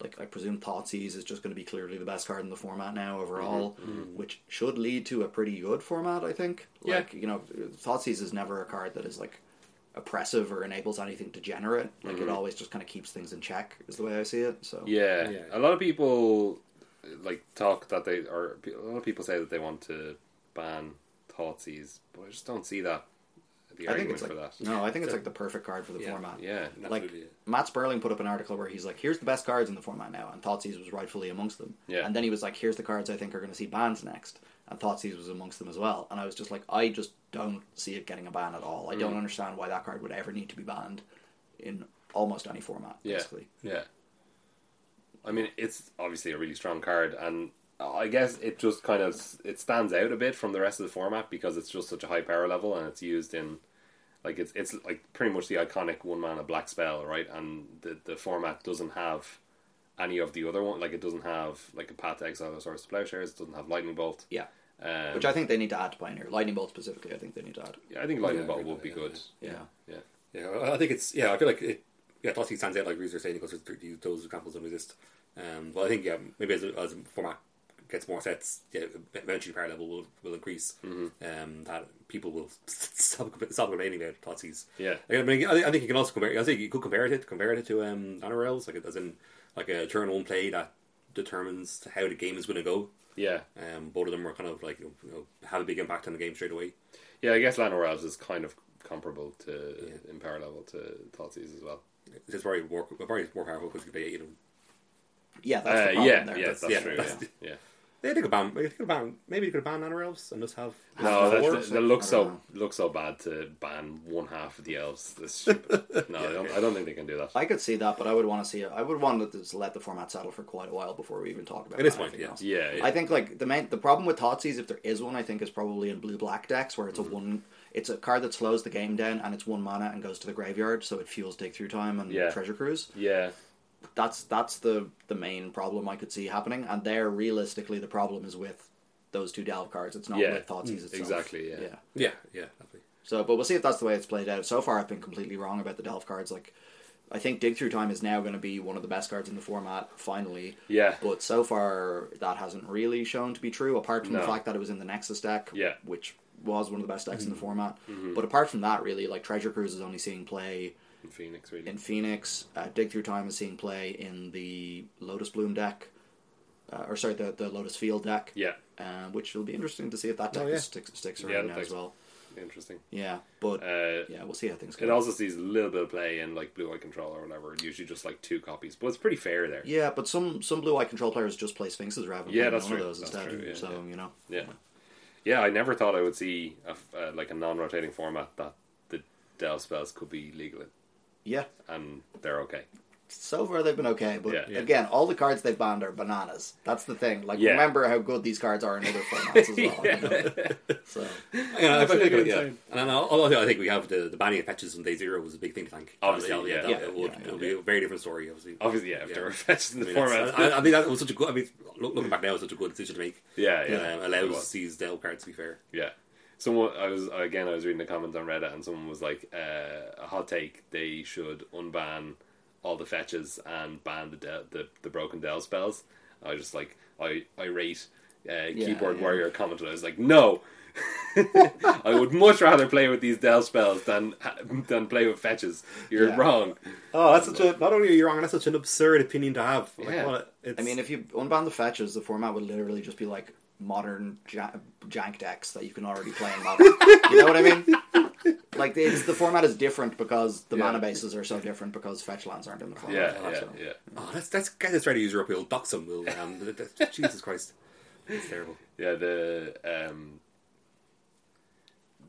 like I presume Thoughtseize is just going to be clearly the best card in the format now overall, Mm-hmm. which should lead to a pretty good format. I think. Yeah. Like you know, Thoughtseize is never a card that is like oppressive or enables anything degenerate. Like it always just kind of keeps things in check, is the way I see it. So Mm-hmm. Yeah. Yeah. a lot of people like talk that they or a lot of people say that they want to ban Thoughtseize, but I just don't see that the I argument think it's like for that. no, I think it's like the perfect card for the Yeah. format. Yeah, That's like really it. Matt Sperling put up an article where he's like, "Here's the best cards in the format now," and Thoughtseize was rightfully amongst them. Yeah. And then he was like, "Here's the cards I think are going to see bans next," and Thoughtseize was amongst them as well. And I was just like, I just don't see it getting a ban at all. I don't understand why that card would ever need to be banned in almost any format. yeah, Basically, yeah. I mean, it's obviously a really strong card, and I guess it just kind of it stands out a bit from the rest of the format because it's just such a high power level, and it's used in like it's it's like pretty much the iconic one mana black spell, right? And the the format doesn't have any of the other one, like it doesn't have like a path to exile or source to plowshares, it doesn't have lightning bolt. yeah. Um, Which I think they need to add to Pioneer Lightning Bolt specifically. I think they need to add. yeah, I think lightning Yeah, I bolt agree would with be that, good. Yeah. Yeah, Yeah, I- I think it's yeah. I feel like it. Yeah, Totti stands out like Reeves are saying because th- th- those examples don't exist. Um, but I think yeah, maybe as as format gets more sets, yeah, eventually power level will, will increase. Um, that people will stop stop complaining about Totti's. Yeah. Like, I mean, I think- I think you can also compare. I think you could compare it compare it to um honor rails like it as in like a turn one play that determines how the game is going to go. yeah. Um, both of them are kind of like you know, you know have a big impact on the game straight away. Yeah, I guess Lana Rouse is kind of comparable to in power level to Thoughtseize as well. It's just very more very more powerful because you can play you know Yeah, that's the Uh, problem yeah, there. yeah, that's, That's- yeah, true. that's- yeah, yeah. They could ban. They could ban. Maybe they could ban Honor Elves and just have. No, Half that's, elves? that looks I don't so looks so bad to ban one half of the elves. That's stupid. No, I, don't, I don't think they can do that. I could see that, but I would want to see it. I would want to just let the format settle for quite a while before we even talk about At this anything point, yeah. else. Yeah, yeah. I think like the main the problem with Totsis, if there is one, I think is probably in blue black decks where Mm-hmm. it's a one. It's a card that slows the game down and it's one mana and goes to the graveyard, so it fuels dig through time and Yeah. treasure cruise. yeah, That's that's the the main problem I could see happening, and there realistically the problem is with those two delve cards. It's not Yeah. Mm, with Totsis itself. exactly, yeah. yeah. Yeah, yeah, definitely. So, but we'll see if that's the way it's played out. So far, I've been completely wrong about the Delph cards. Like, I think Dig Through Time is now going to be one of the best cards in the format, finally. Yeah. But so far, that hasn't really shown to be true, apart from the No. fact that it was in the Nexus deck, Yeah. Mm-hmm. which was one of the best decks in Mm-hmm. the format. But apart from that, really, like, Treasure Cruise is only seeing play in Phoenix really. in Phoenix. Uh, Dig Through Time is seeing play in the Lotus Bloom deck. Uh, or, sorry, the, the Lotus Field deck. yeah, Um, which will be interesting to see if that deck Oh, yeah. sticks, sticks around Yeah, that now as deck's- well. interesting. Yeah, but Uh, yeah, we'll see how things go. It also sees a little bit of play in like blue eye control or whatever. Usually just like two copies, but it's pretty fair there. yeah, but some some blue eye control players just play Sphinxes rather than Yeah, playing that's one true. of those That's instead. true, yeah, so you know, Yeah, yeah. I never thought I would see a f uh, like a non-rotating format that the delve spells could be legal, Yeah. and they're okay. So far, they've been okay, but Yeah. Yeah. again, all the cards they've banned are bananas. That's the thing. Like, Yeah. remember how good these cards are in other formats as well. you know? So, Yeah, I think, Absolutely yeah. insane. And I, although I think we have the, the banning of fetches on day zero was a big thing to thank. Obviously, Obviously, yeah, yeah. that, Yeah, it would yeah, it would be a very different story. Obviously, Obviously, yeah, if there were fetches in I the mean, format, that's- I, I think that was such a good. I mean, look, looking back now, it's such a good decision to make. yeah, yeah, um, it was. allows these Dell cards to be fair. Yeah. Someone I was again I was reading the comments on Reddit and someone was like uh, a hot take they should unban all the fetches and ban the del the, the broken Dell spells. I was just like I I rate uh, keyboard yeah. warrior commented I was like no. I would much rather play with these Dell spells than than play with fetches. You're Yeah. wrong. Oh, that's such a. Not only are you wrong, that's such an absurd opinion to have. Like, Yeah. what, it's, I mean, if you unban the fetches, the format would literally just be like modern ja- jank decks that you can already play in modern. you know what I mean? Like, it's, the format is different because the Yeah. mana bases are so different because fetch lands aren't in the format. Yeah, yeah, so. yeah, oh, that's that's guys that's trying to use your uphill doxum will. Um, th- th- Jesus Christ, it's terrible. yeah. The um,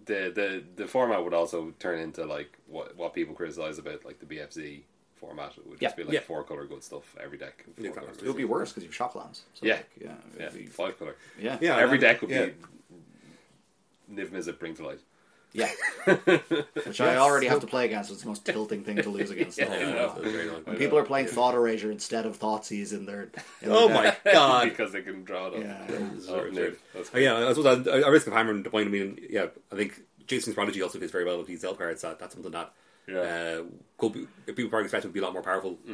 the the the format would also turn into like what what people criticize about like the BFZ format. It would just be Yeah, like yeah. four color good stuff every deck. Four Yeah, colour. It would be worse because you shop lands. So Yeah. like, yeah, it would yeah, be- five color. yeah, Yeah, every I- deck would yeah. be Niv Mizzet bring to light. yeah. Which I Yes. already have to play against. It's the most tilting thing to lose against. the Yeah, whole I Yeah, know. format. that's very annoying. When people are playing Thought Erasure instead of Thoughtseize in their. In Oh their my deck. God. because they can draw it up. Yeah. Oh, Niv. That's Oh, yeah, I suppose I, I risk of hammering the point. I mean, yeah, I think Jason's prodigy also fits very well with these elf cards. That, that's something that Yeah. Mm-hmm. uh, could be, if people probably expect it would be a lot more powerful. Uh,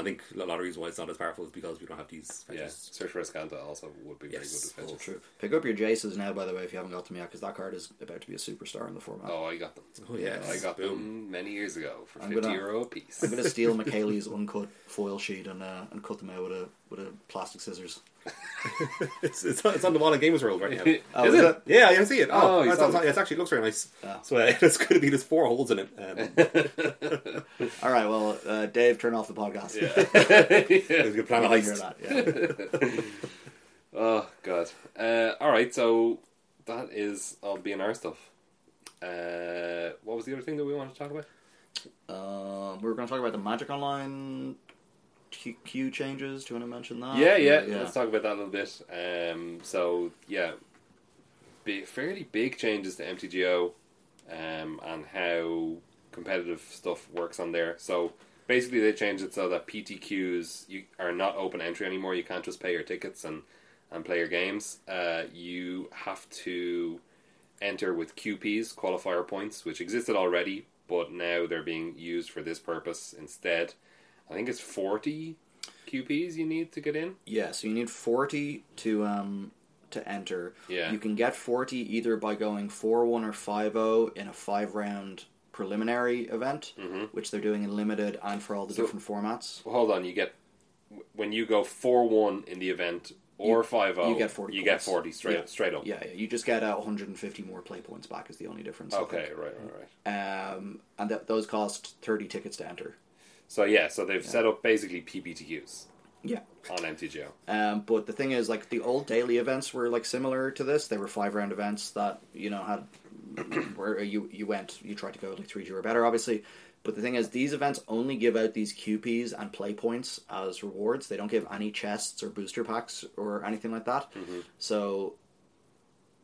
I think a lot of reasons why it's not as powerful is because we don't have these. Yeah, fetches. Search for Escanta also would be Yes. very good All with fetches. Oh, true. Pick up your Jaces now, by the way, if you haven't got them yet, because that card is about to be a superstar in the format. Oh, I got them. Oh, yes. I got Boom. them many years ago for I'm 50 gonna- euro a piece. I'm going to steal McKaylee's uncut foil sheet and uh, and cut them out with a with a plastic scissors. It's, it's, on- it's on the wall in Gamers World right now. Oh, Is is it? it? Yeah, I see it. Oh, Oh, you that's, saw that's, it. it's actually looks very nice. Oh. So uh, it's going to be there's four holes in it. Um, All right, well, uh, Dave, turn off the podcast. it's a I plan didn't of hear that. heist. Yeah. Oh god. Uh, all right, so that is all the BNR stuff. Uh, what was the other thing that we wanted to talk about? Um, we were going to talk about the Magic Online Q- queue changes. Do you want to mention that? yeah, yeah, Or- Let's talk about that a little bit. Um, so yeah, bi- fairly big changes to MTGO, um, and how competitive stuff works on there. So basically, they changed it so that PTQs you are not open entry anymore. You can't just pay your tickets and and play your games. Uh, you have to enter with QPs, qualifier points, which existed already, but now they're being used for this purpose instead. I think it's forty QPs you need to get in. Yeah, so you need 40 to um to enter. Yeah. You can get 40 either by going 4-1 or 5-0 in a 5-round preliminary event, which they're doing in limited and for all the Mm-hmm. So- different formats. Well, hold on, you get when you go four one in the event or five zero, you get 40 You points. get forty straight Yeah. straight up. Yeah, yeah, you just get uh, 150 more play points back is the only difference. I Okay, right, right, right. think. Um and th- those cost 30 tickets to enter. So yeah, so they've set up basically PBTQs Yeah. on MTGO. Um, but the thing is, like the old daily events were like similar to this. They were five round events that you know had where you you went, you tried to go like three two or better, obviously. But the thing is, these events only give out these QPs and play points as rewards. They don't give any chests or booster packs or anything like that. Mm-hmm. So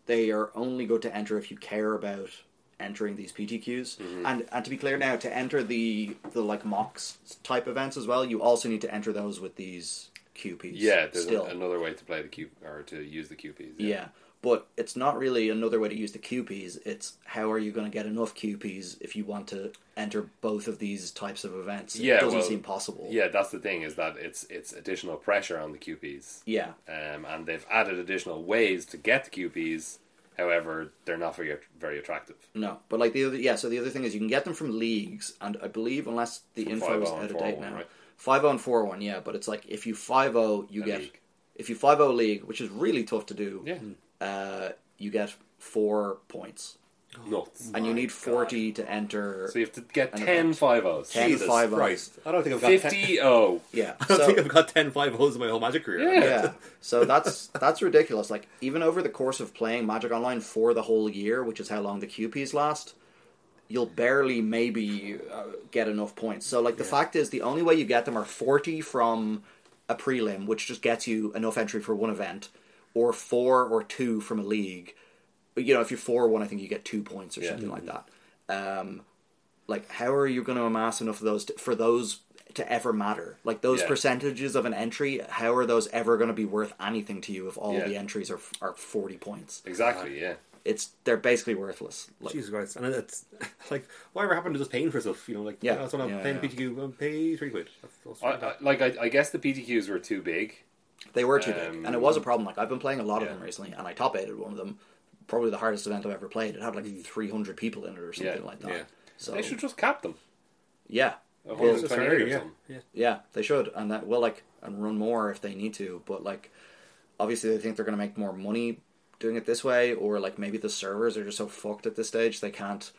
they are only good to enter if you care about entering these PTQs. Mm-hmm. And and to be clear now, to enter the the like mocks type events as well, you also need to enter those with these QPs. Yeah, there's still. another way to play the Q or to use the QPs. yeah. But it's not really another way to use the QPs. It's how are you going to get enough QPs if you want to enter both of these types of events? Yeah, it doesn't well, seem possible. Yeah, that's the thing is that it's it's additional pressure on the QPs. yeah, Um, and they've added additional ways to get the QPs. However, they're not very very attractive. no. But like the other, yeah. So the other thing is you can get them from leagues, and I believe unless the info 5-0 is and out of 4-1, date now, right? five zero and four oh one. Yeah, but it's like if you five zero, you A get league. if you five zero league, which is really tough to do. Yeah, uh, you get four points, nuts. and you need forty to enter. So you have to get An 10 event. 5-0s. 10 Jesus. five- Five-oh. Christ. I don't think I've got 50. 50 oh. yeah, I don't so- think I've got 10 five holes in my whole Magic career. Yeah. yeah so that's that's ridiculous like even over the course of playing magic online for the whole year which is how long the qps last you'll barely maybe uh, get enough points. So like the fact is, the only way you get them are forty from a prelim, which just gets you enough entry for one event, or four or two from a league. But, You know, if you're four one, I think you get two points or something like Mm-hmm. that. Um, like, how are you going to amass enough of those to, for those to ever matter? Like those Yeah. percentages of an entry, how are those ever going to be worth anything to you if all Yeah. the entries are are forty points? Exactly. Yeah. It's they're basically worthless. Like, Jesus Christ. And it's like, whatever happened to just paying for stuff? You know, like, Yeah. yeah, that's what I'm Yeah, paying yeah. PTQ, I'm paying three quid. That's, that's I, I, like I, I guess the PTQs were too big. They were too big, Um, and it was a problem. Like I've been playing a lot of yeah. them recently, and I top aided one of them. Probably the hardest event I've ever played. It had like 300 people in it or something Mm. Yeah, like that. yeah. So They should just cap them. yeah, A Well, it's 128 just fair, or yeah. something. yeah. yeah, they should, and that will like and run more if they need to. But like, obviously, they think they're going to make more money doing it this way, or like maybe the servers are just so fucked at this stage they can't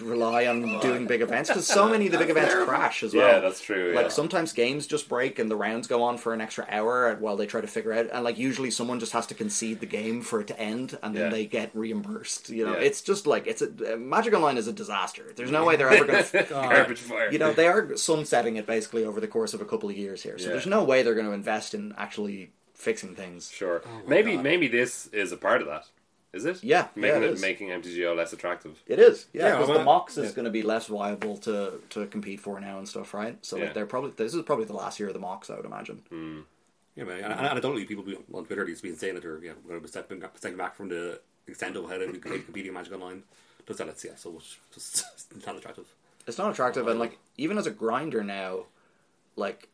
rely on doing big events because so many of the big events crash as well. Yeah, that's true. Yeah. Like sometimes games just break and the rounds go on for an extra hour while they try to figure out. And like usually someone just has to concede the game for it to end, and then Yeah. they get reimbursed. You know, Yeah. it's just like it's a Magic Online is a disaster. There's no way they're ever going to. garbage fire. You know, they are sunsetting it basically over the course of a couple of years here, so Yeah. there's no way they're going to invest in actually fixing things. sure. my maybe God. maybe this is a part of that. Is it? Oh Yeah, Making yeah, it it, is. making MTGO less attractive. It is, yeah, Yeah, because well, the Mox is yeah. going to be less viable to to compete for now and stuff, right? So Yeah. like they're probably this is probably the last year of the Mox, I would imagine. Hmm. Yeah, man. And, and anecdotally, people be- on Twitter these been saying that they're you know, going to be stepping, stepping back from the extent of how they became competing in Magic Online. Does that, yeah, so it's just it's not attractive. it's not attractive and like even as a grinder now like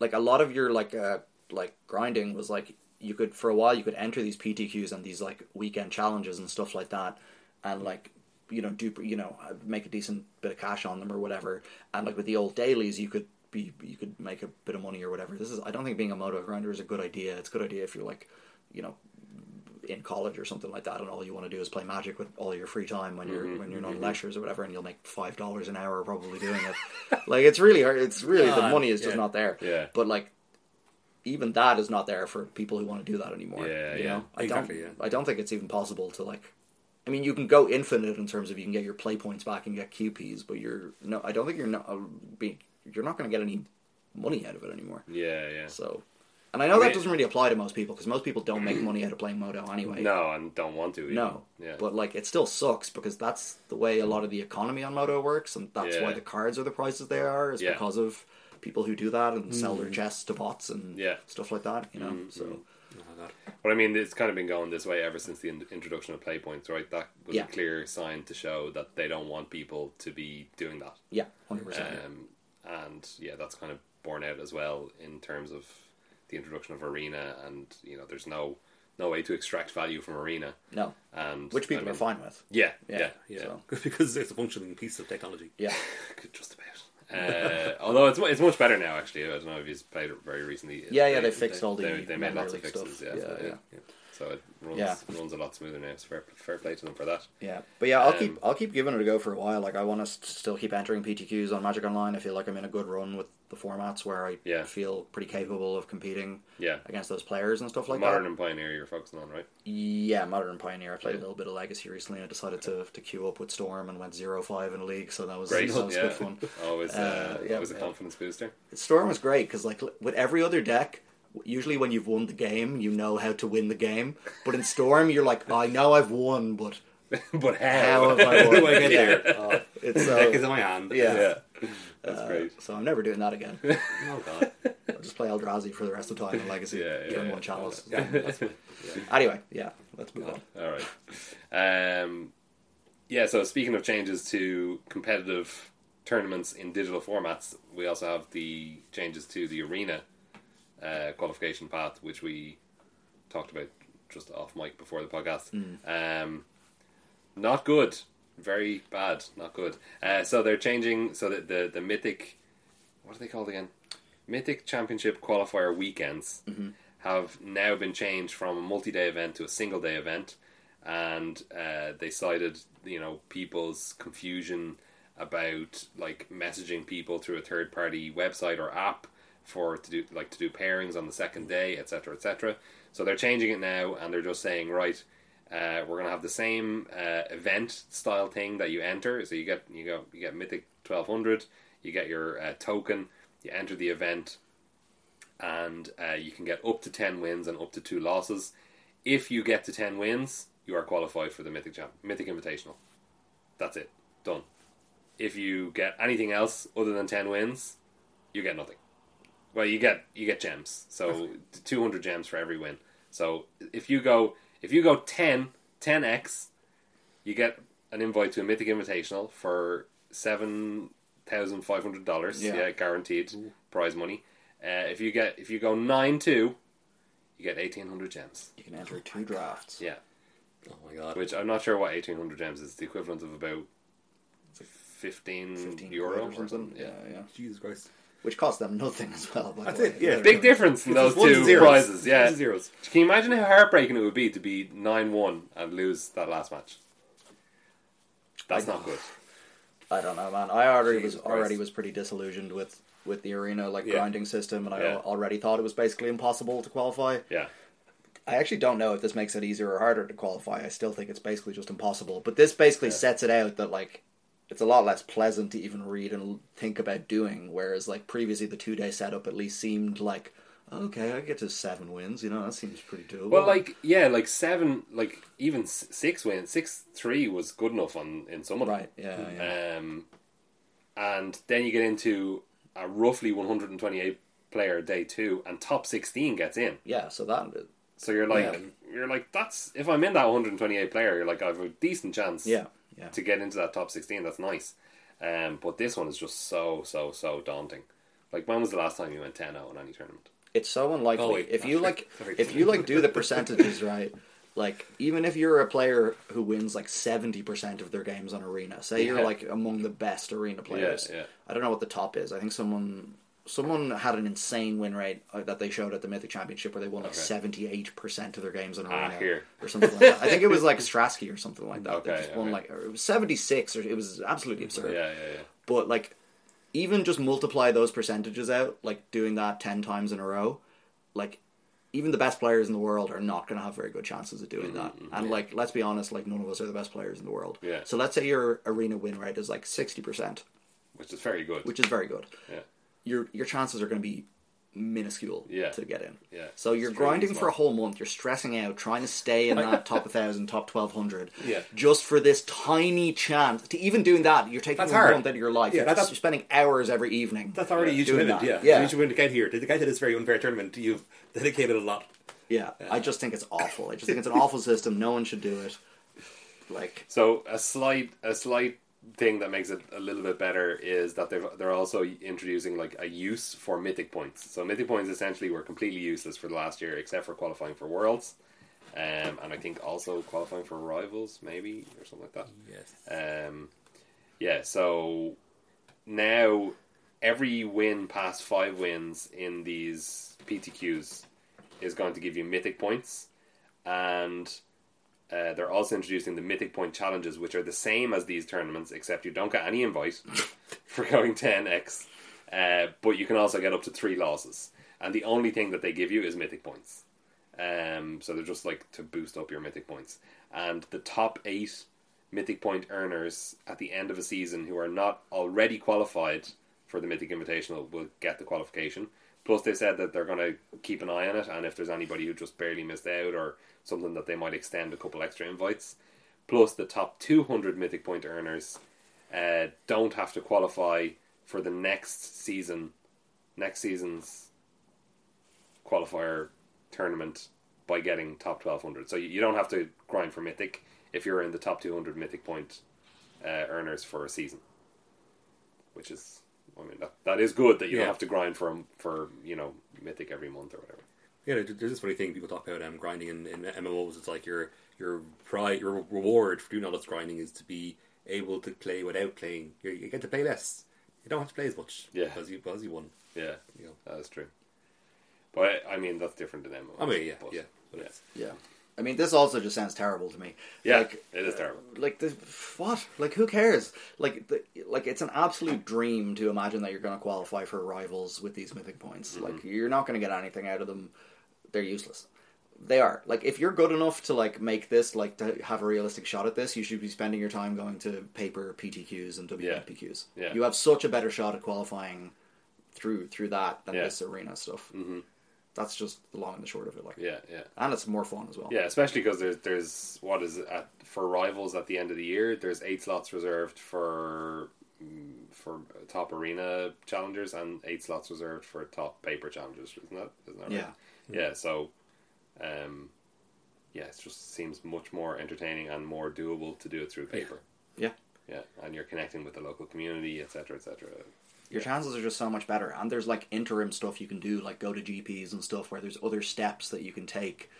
like a lot of your like uh like grinding was like you could for a while you could enter these ptqs and these like weekend challenges and stuff like that and like you know do you know uh, make a decent bit of cash on them or whatever and like with the old dailies you could be you could make a bit of money or whatever this is i don't think being a moto grinder is a good idea it's a good idea if you're like you know in college or something like that, and all you want to do is play Magic with all your free time when you're when you're not in lectures or whatever, and you'll make five dollars an hour probably doing it. like it's really hard. It's really the God, money is just yeah. not there. Yeah. But like, even that is not there for people who want to do that anymore. Yeah, you yeah. Know? I Exactly, yeah. don't. I don't think it's even possible to like. I mean, you can go infinite in terms of you can get your play points back and get QPs, but you're no. I don't think you're not uh, be, you're not going to get any money out of it anymore. Yeah, yeah. So, and I know that mean- doesn't really apply to most people because most people don't make money out of playing Moto anyway. No, and don't want to. Even. No, Yeah. but like it still sucks because that's the way a lot of the economy on Moto works, and that's why Yeah. the cards are the prices they are. Is Yeah. because of people who do that and sell their chests to bots and Yeah. Mm-hmm. stuff like that. You know, so Oh, my God. But I mean, it's kind of been going this way ever since the in- introduction of play points, right? That was Yeah. a clear sign to show that they don't want people to be doing that. yeah, hundred percent. Um, and yeah, that's kind of borne out as well in terms of the introduction of arena, and you know, there's no no way to extract value from arena, No, and which people I mean, are fine with. Yeah, Yeah, yeah, Yeah. So- because it's a functioning piece of technology. Yeah, Good, just about. Uh, although it's mu- it's much better now. Actually, I don't know if you've played it very recently. yeah, yeah. They fixed all the they, they made member lots of league fixes. stuff. Yeah, yeah, yeah. So it runs Yeah. runs a lot smoother now. So fair, fair play to them for that. Yeah, but yeah, I'll Um, keep I'll keep giving it a go for a while. Like I want to still keep entering PTQs on Magic Online. I feel like I'm in a good run with the formats where I Yeah. feel pretty capable of competing Yeah, against those players and stuff like modern that. and pioneer you're focusing on, right? Yeah, Modern and Pioneer. I played a little bit of Legacy recently. I decided to to queue up with Storm and went 0-5 in a league, so that was Great, that was yeah. good fun. Always, uh, Uh, yeah, always a yeah. confidence booster. Storm was great because like with every other deck. Usually, when you've won the game, you know how to win the game. But in Storm, you're like, I know I've won, but but how how? have I How do won? I get there? Oh, It's deck is so, in my hand. yeah. yeah, that's Uh, great. so I'm never doing that again. Oh, God. I'll just play Eldrazi for the rest of the time in Legacy. Yeah, yeah, turn yeah. one chalice. Yeah, that's my, Anyway, yeah, let's move on. All right. Um, yeah, so speaking of changes to competitive tournaments in digital formats, we also have the changes to the arena uh, qualification path, which we talked about just off mic before the podcast. Hmm. Um, not good. Very bad. Not good. Uh, so they're changing so that the, the Mythic, what are they called again? Mythic Championship qualifier weekends have now been changed from a multi-day event to a single-day event, and uh, they cited you know people's confusion about like messaging people through a third-party website or app for to do like to do pairings on the second day, etc., etc. So they're changing it now, and they're just saying right. Uh, we're gonna have the same uh, event style thing that you enter. So you get you go you get Mythic twelve hundred. You get your uh, token. You enter the event, and uh, you can get up to ten wins and up to two losses. If you get to ten wins, you are qualified for the Mythic Champ- Mythic Invitational. That's it. Done. If you get anything else other than ten wins, you get nothing. Well, you get you get gems. So two hundred gems for every win. So if you go if you go 10, 10x, you get an invite to a Mythic Invitational for seven thousand five hundred dollars. Yeah. Yeah. guaranteed prize money. Uh, if you get if you go nine two, you get eighteen hundred gems. You can enter two drafts. Yeah, Oh my god. which I'm not sure what eighteen hundred gems is. The equivalent of about fifteen, 15 euro quid or something. Yeah. yeah. Jesus Christ. Which cost them nothing as well. By That's the way. it, yeah. Big difference in It's those just ones two and zeros. prizes. Ones Yeah, and zeros. Can you imagine how heartbreaking it would be to be 9 1 and lose that last match? That's not good. I don't know, man. I already Jesus was Christ. already was pretty disillusioned with with the arena like Yeah. grinding system, and I Yeah. al- already thought it was basically impossible to qualify. Yeah. I actually don't know if this makes it easier or harder to qualify. I still think it's basically just impossible. But this basically sets it out that like it's a lot less pleasant to even read and l- think about doing. Whereas like previously, the two day setup at least seemed like okay, I get to seven wins. You know, that seems pretty doable. Well, like, yeah, like 7, like, even s- 6 wins, 6 3 was good enough on in some of them. right, yeah, yeah. Um, and then you get into a roughly 128 player day 2, and top 16 gets in. yeah. So that So you're like, Yeah. you're like, that's, if I'm in that 128 player, you're like, I have a decent chance. yeah, yeah. to get into that top 16 that's nice um, but this one is just so so so daunting like when was the last time you went 10-0 in any tournament it's so unlikely. Oh, wait, if no, you sorry, like, sorry. if you like, do the percentages right. Like, even if you're a player who wins like seventy percent of their games on arena, say Yeah. you're like among the best arena players. yeah. I don't know what the top is. I think someone someone had an insane win rate uh, that they showed at the Mythic Championship where they won like Okay. Ah, seventy eight percent of their games on arena here. or something like that. I think it was like Strasky or something like that. they Okay, just won okay. like or it was seventy six or it was absolutely absurd. yeah yeah yeah But like, even just multiply those percentages out, like doing that ten times in a row, like even the best players in the world are not going to have very good chances of doing that. And like, let's be honest, like none of us are the best players in the world. Mm-hmm. Yeah. So let's say your arena win rate is like sixty percent, which is very good which is very good. yeah Your your chances are going to be minuscule Yeah. to get in. Yeah. So you're It's pretty grinding for a smart. whole month. You're stressing out, trying to stay in that top 1,000, top 1,200. Yeah. Just for this tiny chance. To even doing that, you're taking That's a hard. month out of your life. Yeah, you're, that's- you're spending hours every evening. That's already a huge doing commitment, yeah. that. yeah. Yeah. A huge commitment to get here. To get to this very unfair tournament, you've dedicated a lot. yeah. I just think it's awful. I just think it's an awful system. No one should do it. Like, so a slight a slight thing that makes it a little bit better is that they've, they're also introducing like a use for mythic points so mythic points essentially were completely useless for the last year except for qualifying for worlds um, and I think also qualifying for rivals maybe or something like that Yes. Um, yeah, so now every win past five wins in these PTQs is going to give you mythic points, and uh, they're also introducing the mythic point challenges, which are the same as these tournaments, except you don't get any invite for going 10x, uh, but you can also get up to three losses. And the only thing that they give you is mythic points. Um, so they're just like to boost up your mythic points. And the top eight mythic point earners at the end of a season who are not already qualified for the mythic invitational will get the qualification. Plus, they said that they're going to keep an eye on it, and if there's anybody who just barely missed out or something, that they might extend a couple extra invites. Plus, the top 200 mythic point earners uh, don't have to qualify for the next season, next season's qualifier tournament by getting top 1200. So you, you don't have to grind for mythic if you're in the top 200 mythic point uh, earners for a season, which is, I mean, that, that is good that you Yeah. don't have to grind for for you know mythic every month or whatever. Yeah, there- there's this funny thing people talk about um, grinding in, in MMOs. It's like your your pride, your reward for doing all this grinding is to be able to play without playing. You, you get to play less. You don't have to play as much. Yeah. because you because you won. Yeah, You know. that is true. But I mean, that's different than MMOs. I mean, yeah, but- yeah, but it's- yeah. I mean, this also just sounds terrible to me. yeah, Like, it is terrible. like the what like who cares like the, like it's an absolute dream to imagine that you're going to Mm-hmm. qualify for rivals with these mythic points like you're not going to get anything out of them they're useless They are like if you're good enough to like make this like to have a realistic shot at this, you should be spending your time going to paper PTQs and WPQs. Yeah. You have such a better shot at qualifying through through that than Yeah. this arena stuff. Mm-hmm. That's just the long and the short of it. Like, Yeah, yeah. and it's more fun as well. Yeah, especially because there's there's what is it at, for rivals at the end of the year. There's eight slots reserved for mm, for top arena challengers and eight slots reserved for top paper challengers. Isn't that isn't that right? Yeah. Yeah. So, um, yeah, it just seems much more entertaining and more doable to do it through paper. Yeah. Yeah, and you're connecting with the local community, etc., etc. Your chances are just so much better, and there's like interim stuff you can do, like go to GPs and stuff, where there's other steps that you can take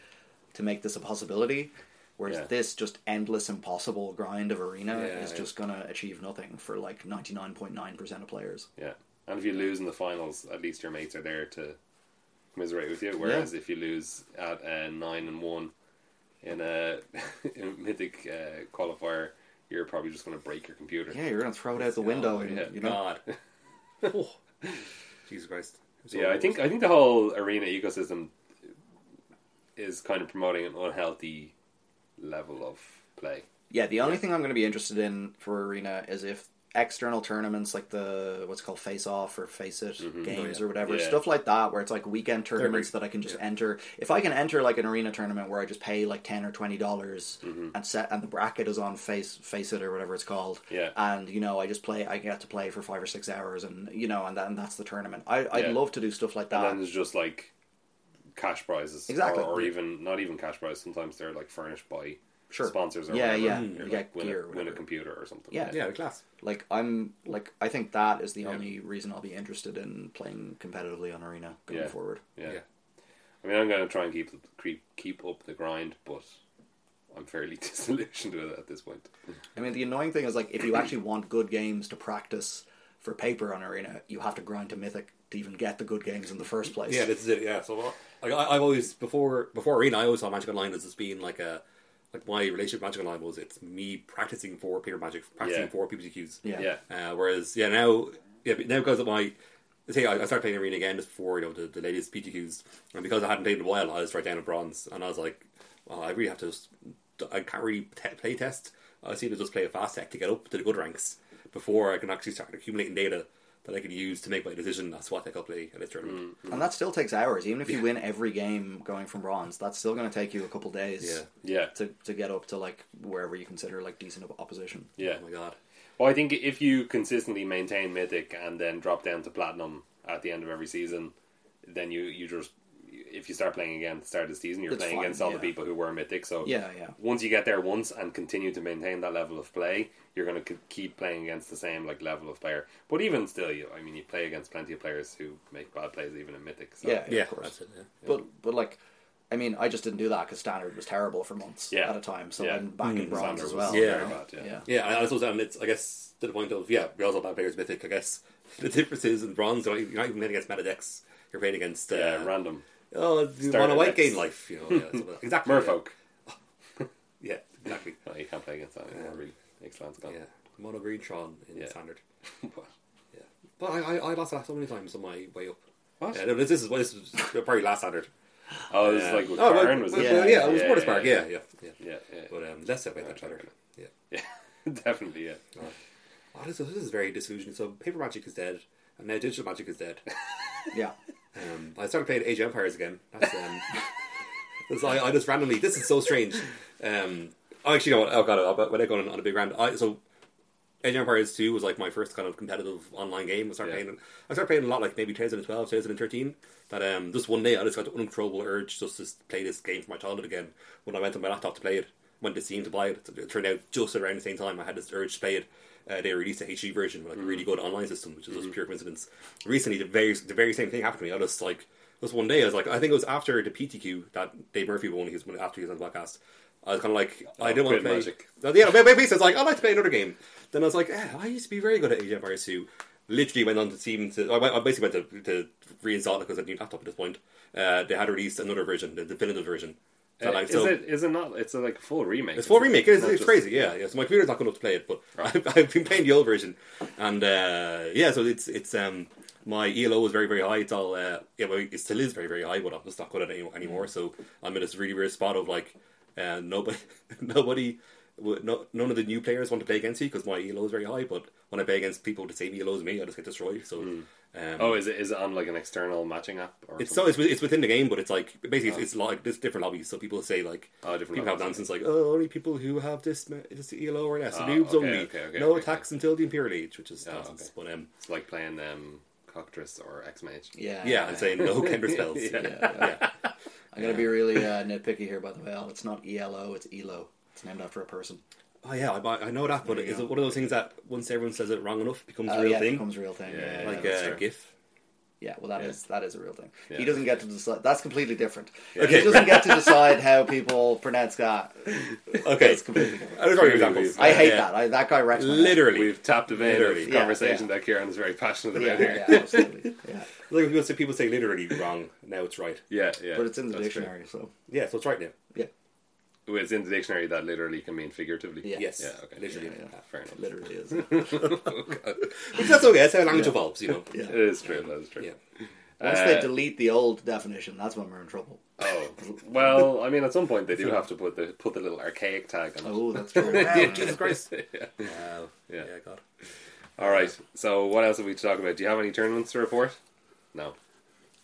to make this a possibility. Whereas Yeah. this just endless impossible grind of arena Yeah, is yeah. just gonna achieve nothing for like ninety nine point nine percent of players. Yeah, and if you lose in the finals, at least your mates are there to commiserate with you. Whereas if you lose at uh, nine and one in a, in a mythic uh, qualifier, you're probably just going to break your computer. Yeah, you're gonna throw it out the window, and, yeah. you know. God. Oh. Jesus Christ. So Yeah, I think I think the whole arena ecosystem is kind of promoting an unhealthy level of play. Yeah, the only thing I'm going to be interested in for Arena is if external tournaments like the what's called Face Off or Face It games Oh, yeah. or whatever Mm-hmm. Yeah. stuff like that, where it's like weekend tournaments that I can just enter. If I can enter like an Arena tournament where I just pay like ten or twenty dollars Mm-hmm. and set and the bracket is on Face Face It or whatever it's called, Yeah. and you know I just play, I get to play for five or six hours, and you know, and, that, and that's the tournament. I, I'd Yeah. love to do stuff like And that. then there's just like cash prizes, Uh, Exactly. or, or even not even cash prizes. Sometimes they're like furnished by Sure. sponsors or Yeah, whatever. yeah. You're You like, get win, gear or a, win a whatever. computer or something. Yeah. Yeah, the class. like I'm like I think that is the only reason I'll be interested in playing competitively on Arena going Yeah. forward. Yeah. Yeah. I mean, I'm going to try and keep keep keep up the grind, but I'm fairly disillusioned with it at this point. I mean, the annoying thing is like if you actually want good games to practice for paper on Arena, you have to grind to Mythic to even get the good games in the first place. Yeah, this is it. Yeah, so like, I, I've always before before arena, I always saw Magic Online as just being like a like my relationship with Magic Online was it's me practicing for paper magic, practicing Yeah. for PPTQs. Yeah. Yeah, Uh, whereas yeah now yeah but now because of my say I, I started playing arena again just before you know the, the latest PTQs and because I hadn't played in a while, I was right down at bronze and I was like, well, I really have to. Just, I can't really te- play test. I seem to just play a fast tech to get up to the good ranks before I can actually start accumulating data that I can use to make my decision as to what deck I'll play at this tournament. And that still takes hours. Even if you win every game going from bronze, that's still going to take you a couple days Yeah. yeah, to, to get up to like wherever you consider like decent opposition. yeah. Oh my god. Well, I think if you consistently maintain mythic and then drop down to platinum at the end of every season, then you you just if you start playing again at the start of the season, you're It's playing fine, against all the yeah. people who were mythic. So Yeah, yeah. once you get there once and continue to maintain that level of play, you're going to keep playing against the same like level of player. But even still, you I mean, you play against plenty of players who make bad plays even in mythic. So. Yeah, Yeah, of course. that's it. Yeah. But but like, I mean, I just didn't do that because standard was terrible for months Yeah. at a time. So Yeah. I'm back in bronze Standard as was well. Yeah. very bad, yeah. yeah. Yeah, and I suppose and it's I guess to the point of yeah, we also bad players mythic. I guess the difference is in bronze, you're not, you're not even playing against meta decks. You're playing against uh, Yeah, random. oh, you Starter want a white decks. game life, you know? Yeah, something like- exactly. Merfolk. Yeah, yeah exactly. No, you can't play against that anymore, really. Excellent's gone. Yeah, mono green Tron in Oh. Yeah. standard. What? Yeah, but I, I, I lost that so many times on my way up. What? Yeah, no, this, this is this is the very last standard. Oh, it was Yeah. like with oh, well, Karn, was well, it? well, yeah, it was Yeah, Border yeah, Spark. yeah. Yeah, yeah, yeah. Yeah, yeah. But um, let's separate that chatter. Yeah. yeah. Definitely, yeah. Oh, this, is- this is very disillusioning. So paper magic is dead, and now digital magic is dead. yeah. Um, I started playing Age of Empires again. That's, um, so I, I just randomly. This is so strange. Um, I actually, you know what? Oh god, I'll, when I go on, on a big rant, I, so Age of Empires Two was like my first kind of competitive online game. I started Yeah. playing. I started playing a lot, like maybe 2012, 2013. That um, just one day, I just got the uncontrollable urge just to play this game from my childhood again. When I went on my laptop to play it, went to Steam to buy it, it turned out just around the same time I had this urge to play it. Uh, they released a HD version with like a really Mm. good online system, which is Mm-hmm. just pure coincidence. Recently, the very the very same thing happened to me. I just like just one day, I was like, I think it was after the PTQ that Dave Murphy won. He was when- after he was on the podcast. I was kind of like, I didn't quit want to play. Oh, Magic. Uh, Yeah, but basically, I was like, I'd like to play another game. Then I was like, eh, I used to be very good at Age of Empires 2. Literally went on to Steam to. I, went, I basically went to, to reinstall it because I had a new laptop at this point. Uh, they had released another version, the definitive version. So, like, is, so- it, is it not? It's a, like a full remake. it's full remake. It's, not it's just- crazy. Yeah, yeah. So my computer's not good enough to play it, but I've, I've been playing the old version, and uh, yeah, so it's it's um my ELO was very very high. It's all uh, yeah, well, it still is very very high, but I'm just not good at it any- Mm. anymore. So I'm in this really weird spot of like uh, nobody nobody. would- No, none of the new players want to play against me because my ELO is very high. But when I play against people with the same ELO as me, I just get destroyed. So, um, Oh, is it is it on like an external matching app or it's so something? it's, wi- it's within the game, but it's like basically it's, it's like there's different lobbies. So people say like Oh, different people have levels, nonsense like oh only people who have this ma- this ELO or less, Ah, noobs okay, only, okay, okay, no okay, attacks until the Imperial Age, which is Oh, nonsense. But um, It's like playing um, Cockatrice or X Mage. Yeah, yeah, and saying no counter spells. Yeah. Yeah, yeah. I'm gonna be really uh, nitpicky here, by the way. Al. It's not ELO, it's ELO. It's named after a person. Oh yeah, I, I know that, but There you is go. it one of those things that once everyone says it wrong enough becomes Oh, a real yeah, it thing, becomes a real thing. Yeah, Yeah, yeah, like that's uh, true. GIF. Yeah, well, that is that is a real thing. Yeah. He doesn't get to decide. That's completely different. Okay. He doesn't get to decide how people pronounce that. Okay, It's completely different. I was already examples. I hate Yeah. that. I, that guy wrecks my head. Literally, We've tapped a vein Literally. of Yeah, conversation that Kieran is very passionate about Yeah, here. yeah, absolutely. Yeah, like people say, people say literally wrong. Now it's right. Yeah, yeah. but it's in the that's dictionary, so Yeah, so it's right now. yeah, true. Well, It's in the dictionary that literally can mean figuratively. Yeah. Yes. Yeah, okay. Literally. Yeah, yeah. Fair enough. it literally is. But that's okay. That's how language evolves, you know. Yeah. It is true. That is true. Yeah. Once they Uh, delete the old definition, that's when we're in trouble. Oh well, I mean, at some point they do have to put the put the little archaic tag on it. Oh, that's true. Wow, Jesus Christ. Wow. Yeah. yeah, God. All right. So what else have we to talk about? Do you have any tournaments to report? No.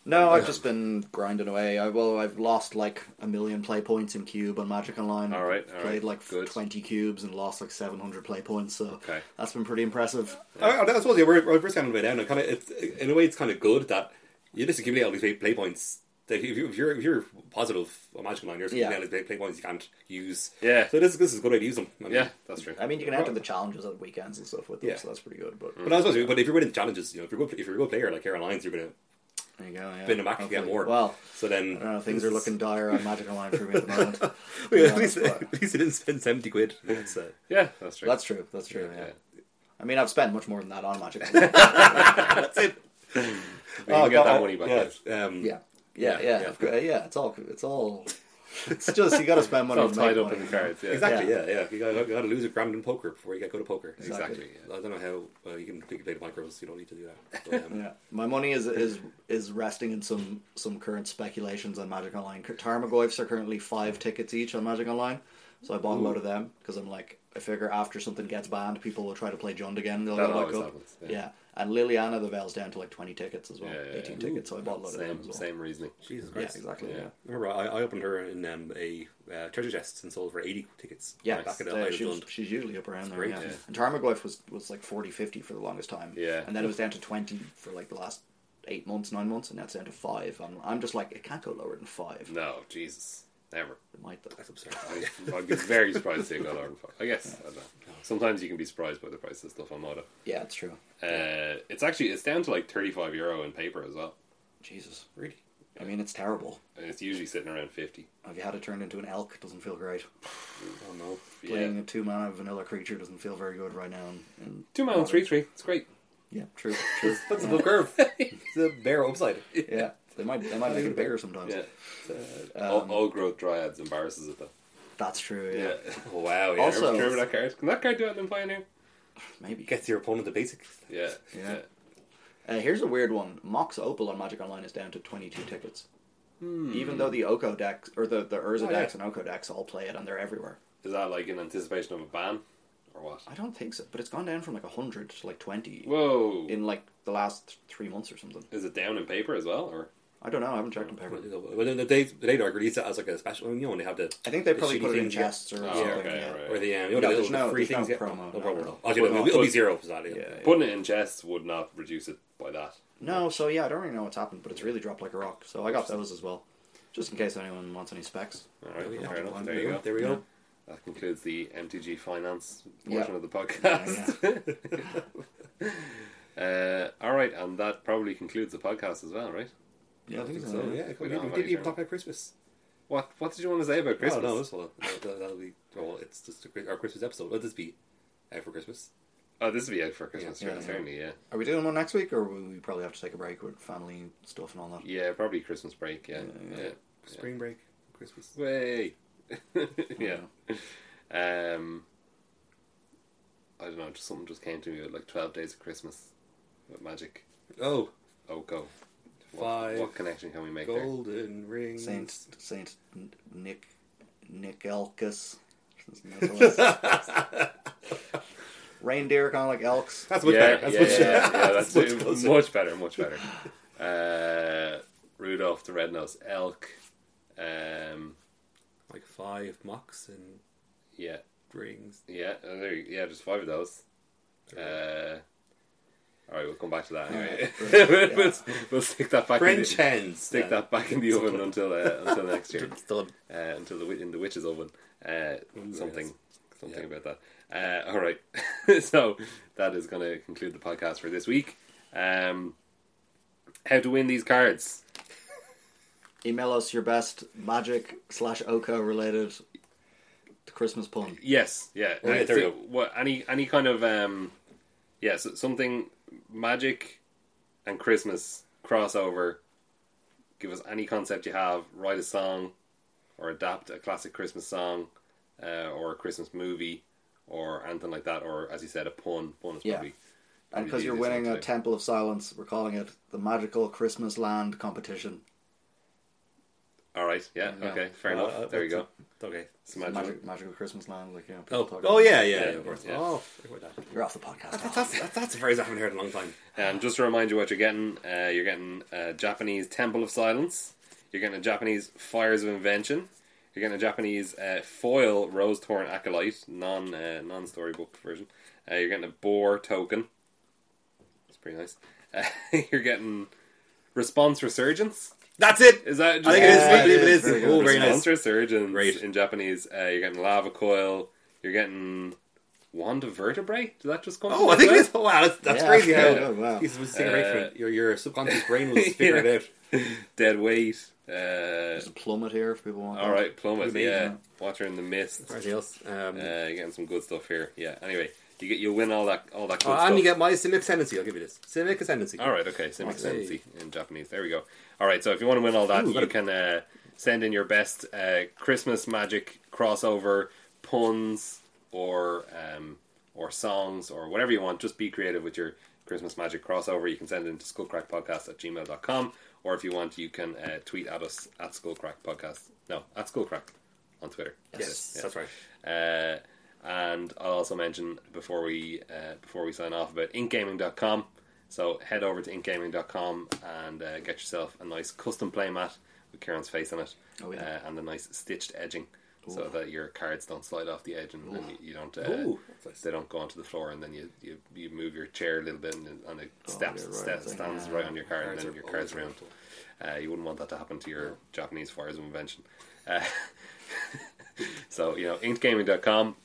No, I've just been grinding away. I, well, I've lost like a million play points in Cube on Magic Online. All right, all right, played like good. twenty cubes and lost like seven hundred play points. So Okay. that's been pretty impressive. I, I that's what yeah, we're, we're first kind of way down. It kind of, it's, in a way, it's kind of good that you just accumulate all these play, play points. That if, you, if you're if you're positive on Magic Online, you're just Yeah. accumulating all these play, play points you can't use. Yeah. So this this is a good way to use them. I mean, Yeah, that's true. I mean, you can enter the challenges at weekends and stuff with them, Yeah. so that's pretty good. Mm. But But I was supposed to. But if you're winning challenges, you know, if you're a good, if you're a good player like Aaron Lyons, you're gonna there you go. Yeah. spin them back to get Hopefully. more. Well, so then I don't know. Things are looking dire on Magic Online for me at the moment. Yeah, Yeah, at, least, that's at least he didn't spend seventy quid. That's, uh, Yeah, that's true. That's true. That's true. Yeah. yeah. I mean, I've spent much more than that on Magic. Online. that's it. We can get that money back. out. Yeah. Um, Oh, yeah. Yeah, Yeah, yeah, yeah. of course. yeah, It's all, it's all. It's just you got to spend It's money. all to make tied up money. in cards. Yeah. Exactly. Yeah. Yeah. You gotta, you gotta lose a grand in poker before you get good at poker. Exactly. I don't know how uh, you can you can play the micros. You don't need to do that. But, um, Yeah, my money is is is resting in some some current speculations on Magic Online. Tarmogoyfs are currently five tickets each on Magic Online, so I bought a load of them because I'm like, I figure after something gets banned, people will try to play Jund again. and They'll That go back always up. happens, Yeah. yeah. and Liliana the Veil's down to like twenty tickets as well, Yeah, yeah, eighteen yeah. tickets. So I bought a load of them Same as well. same reasoning. Jesus Yeah, Christ. exactly. Yeah, Yeah. Remember, I, I opened her in um, a uh, treasure chest and sold for 80 tickets. yeah. back at uh, the Isle of she was- Dund. she's usually up around there. great, Yeah. yeah. and Tarmogoyf was was like 40, 50 for the longest time. Yeah. and then it was down to twenty for like the last. Eight months, nine months, and now it's down to five. And I'm just like, it can't go lower than five. No, Jesus, never. It might though. That's absurd. I- I'd be very surprised to go lower. I guess. I don't know. Sometimes you can be surprised by the price of stuff on Moda. Yeah, it's true. Uh, it's actually it's down to like thirty five euro in paper as well, Jesus. really? I mean, it's terrible. and it's usually sitting around fifty. Have you had it turned into an elk? Doesn't feel great. Oh, no. Yeah, Playing a two mana vanilla creature doesn't feel very good right now. And, and two man three three. It's great. yeah, true. true. That's a full curve. it's a bare upside. yeah, they might they might make it bigger sometimes. Yeah, Uh, all, all growth dryads embarrasses it though. That's true. Um, Yeah, Yeah. Wow, yeah. Also- Do you remember that card? Can that card do it in Pioneer? maybe. Gets your opponent the basic. Yeah. Yeah. Uh, here's a weird one. Mox Opal on Magic Online is down to 22 tickets. Hmm. Even though the Oko decks or the the Urza Oh, yeah. decks and Oko decks all play it and they're everywhere. Is that like in anticipation of a ban, or what? I don't think so, but it's gone down from like 100 to like 20 Whoa. in like the last th- three months or something. Is it down in paper as well, or? I don't know. I haven't checked in paper. Well, then the day, the day Dark released it as like a special, you know, when they have the. I think they the probably shitty put it in things, chests or Oh, something. okay, yeah. right. Or the, um, you know, No, the, there's little no- free there's no things. yeah. promo, No no, promo. no. no. Oh, yeah, it'll, be- it'll be zero for that. Yeah, yeah. Putting it in chests would not reduce it by that. No, so yeah, I don't really know what's happened, but it's really dropped like a rock. So I got those as well, just in case anyone wants any specs. All right, Yeah. fair enough. There There you go. There we go. That concludes the MTG finance Yeah. portion of the podcast. uh, all right, and that probably concludes the podcast as well, right? Yeah, I think So, yeah, We don't we didn't have we didn't any even talk about Christmas. What What did you want to say about Christmas? Oh, no, this will, that'll, that'll be, well, it's just a, Chris- our Christmas episode. Let this be out for Christmas. Oh, this will be out for Christmas, Yeah, yeah, yeah. certainly, yeah. Are we doing one next week, or will we probably have to take a break with family stuff and all that? Yeah, probably Christmas break, yeah. Yeah, yeah. Spring break, Christmas. Way! yeah. Um, I don't know, just something just came to me with like 12 days of Christmas with magic. Oh, Oko. What, Five what connection can we make there? Golden rings. Saint Saint N- Nick Nickelkus. Reindeer, kind of like elks. That's much Yeah, better. yeah, That's yeah, much, yeah, yeah, That's much it. closer. much better, much better. Uh, Rudolph the Red-Nosed Elk. Um, Like five mocks and yeah, rings. yeah, uh, there, you- yeah. There's five of those. Uh, all right, we'll come back to that anyway. we'll, we'll stick that back. French in the, hens. Stick that back in the oven until uh, until next year. It's done. uh, until the wi- in the witch's oven. Uh, something, Oh, yes. something Yeah. about that. Uh, all right, so that is going to conclude the podcast for this week. Um, how to win these cards? Email us your best magic slash Oka related Christmas pun. Yes, yeah. Well, uh, yeah, there so you what- any any kind of um, yeah, so something magic and Christmas crossover. Give us any concept you have. Write a song, or adapt a classic Christmas song, uh, or a Christmas movie, or anything like that. Or as you said, a pun. Pun is Yeah. probably. And Maybe because do you're this winning next a time. Temple of Silence, we're calling it the Magical Christmas Land Competition. All right. Yeah. Yeah. Okay. Fair Uh, enough. uh, there you go. Okay. It's magic. Magic, magical Christmas Land, like you know. people Oh, talk oh about. yeah, yeah, yeah, of course. yeah. Oh, forget about that. You're off the podcast. That's, that's, that's a phrase I haven't heard in a long time. Um, just to remind you what you're getting, uh, you're getting a Japanese Temple of Silence, you're getting a Japanese Fires of Invention, you're getting a Japanese uh, foil Rose Thorn Acolyte, non uh, non storybook version, uh, you're getting a Boar token. It's pretty nice. Uh, you're getting Response Resurgence. That's it. Is that? I Yeah, think it is. I believe it it is is. very oh, good. very nice. Response Resurgence Great. in Japanese. Uh, you're getting Lava Coil. You're getting Wand of Vertebrae. Did that just come? Oh, from I think it that? is. Oh, wow, that's, that's Yeah, crazy. How yeah, yeah, wow. Jesus was taking away from Uh, it. Your your subconscious brain was figuring it out. Dead Weight. Uh, There's a plummet here if people want. All that. right, plummet. Amazing. Yeah, Watcher in the Mist. Uh, Anything else? Um, you're getting some good stuff here. Yeah. Anyway, you get you win all that all that good oh, stuff. and you get my Simic ascendancy. I'll give you this Simic ascendancy. all right. Okay. Simic Okay. Sensi in Japanese. There we go. All right. So if you want to win all that, Ooh, you gotta- can uh, send in your best uh, Christmas magic crossover puns or um, or songs or whatever you want. Just be creative with your Christmas magic crossover. You can send it into skullcrackpodcast at gmail.com or if you want, you can uh, tweet at us at skullcrackpodcast. No, at skullcrack on Twitter. Yes, Yeah. that's right. Uh, and I'll also mention before we uh, before we sign off about inkgaming.com. So head over to inkgaming.com and uh, get yourself a nice custom playmat with Kieran's face on it, Oh, yeah. uh, and a nice stitched edging, so that your cards don't slide off the edge and, and you- you don't uh, Ooh, that's nice. they don't go onto the floor, and then you, you, you move your chair a little bit and, it- and it steps Oh, yeah, right, I steps think. stands Yeah. right on your card, Cards and then are your cards always around. Uh, you wouldn't want that to happen to your Japanese fires of invention. Uh, so you know, inkgaming.com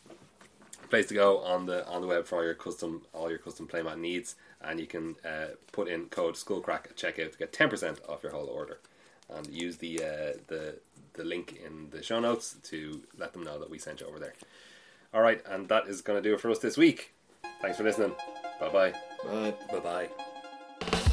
place to go on the on the web for all your custom all your custom playmat needs, and you can uh, put in code Skullcrack at checkout to get ten percent off your whole order, and use the uh, the the link in the show notes to let them know that we sent you over there. All right, and that is going to do it for us this week. Thanks for listening. Bye bye. Uh, But Bye bye.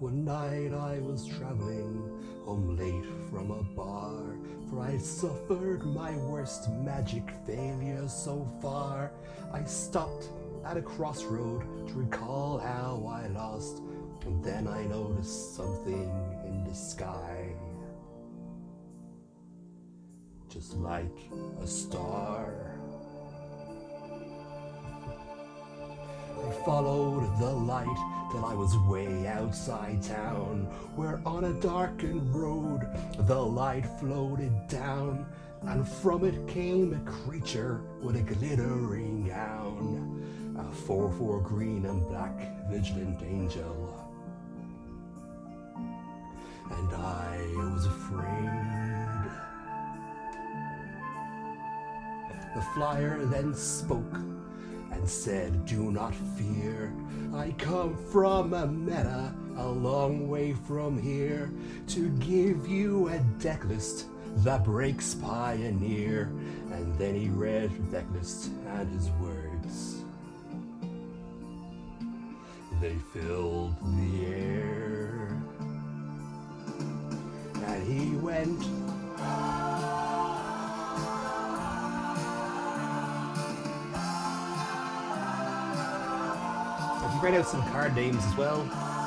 One night I was traveling home late from a bar, for I'd suffered my worst magic failure so far. I stopped at a crossroad to recall how I lost, and then I noticed something in the sky. just like a star. I followed the light till I was way outside town. Where on a darkened road the light floated down, and from it came a creature with a glittering gown. A 4 4 green and black vigilant angel. And I was afraid. The flyer then spoke and said, Do not fear. I come from a meta, a long way from here, to give you a deck list that breaks pioneer. And then he read the deck list and his words. They filled the air. And he went Have you read out some card names as well?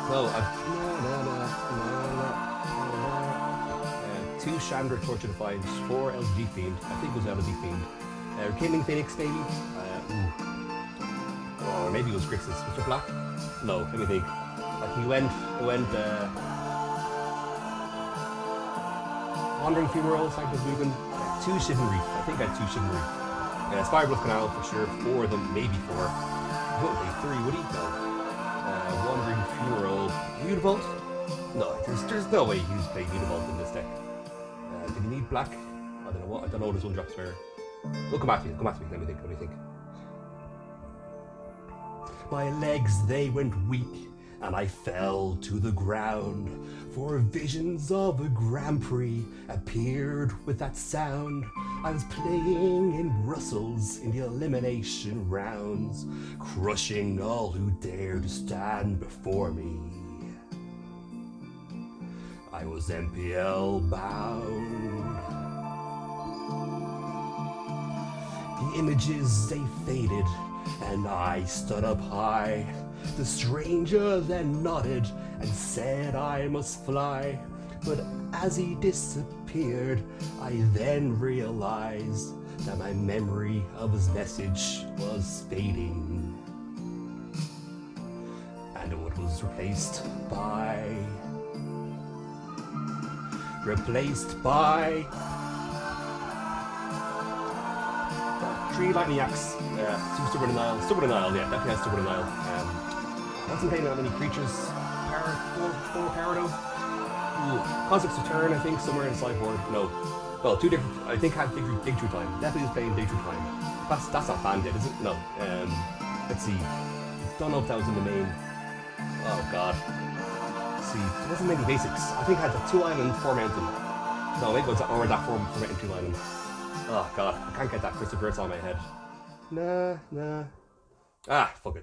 Well, I've na na na na na na. uh, two Chandra Torch and Fives, four LG Fiend. I think it was LG Fiend. Uh, Killing Phoenix, maybe? Uh, ooh. Or maybe it was Grixis. Was it black? No, let me think. Like he went, he went, uh, Wandering Fumeral, Cypress Lubin, uh, two Chivalry. I think I had two Chivalry. Uh, Spire Bluff Canal for sure, four of them, maybe four. What would they, three? Would he? No uh, Wandering Funeral. Univolt? No, there's, there's no way he's playing Univolt in this deck. Uh, did he need black? I don't know what. I don't know what his one drops were. Look, come at me. Come at me. Let me think. Let me think. My legs they went weak, and I fell to the ground. For visions of a Grand Prix appeared with that sound. I was playing in Brussels in the elimination rounds, crushing all who dared to stand before me. I was MPL bound. The images they faded, and I stood up high. The stranger then nodded and said I must fly. But as he disappeared, I then realized that my memory of his message was fading. And it was replaced by. Replaced by. Three Lightning Axe. Uh, two Stubborn Denial. Stubborn Denial. Yeah, definitely has Stubborn Denial. Um, I wasn't playing that many creatures. Power four, four Parado. Ooh, Concepts of Turn. I think somewhere in sideboard. No. Well, two different. I think had Dig Dig Through Time. Definitely was playing Dig Through Time. That's that's not banned yet, is it? No. Um, let's see. Don't know if that was in the main. Oh God. see, there wasn't many basics. I think I had the two island, four mountain. No, maybe it was that, or that four, four mountain, two island. Oh god, I can't get that crystal birds on my head. Nah, nah. Ah, fuck it.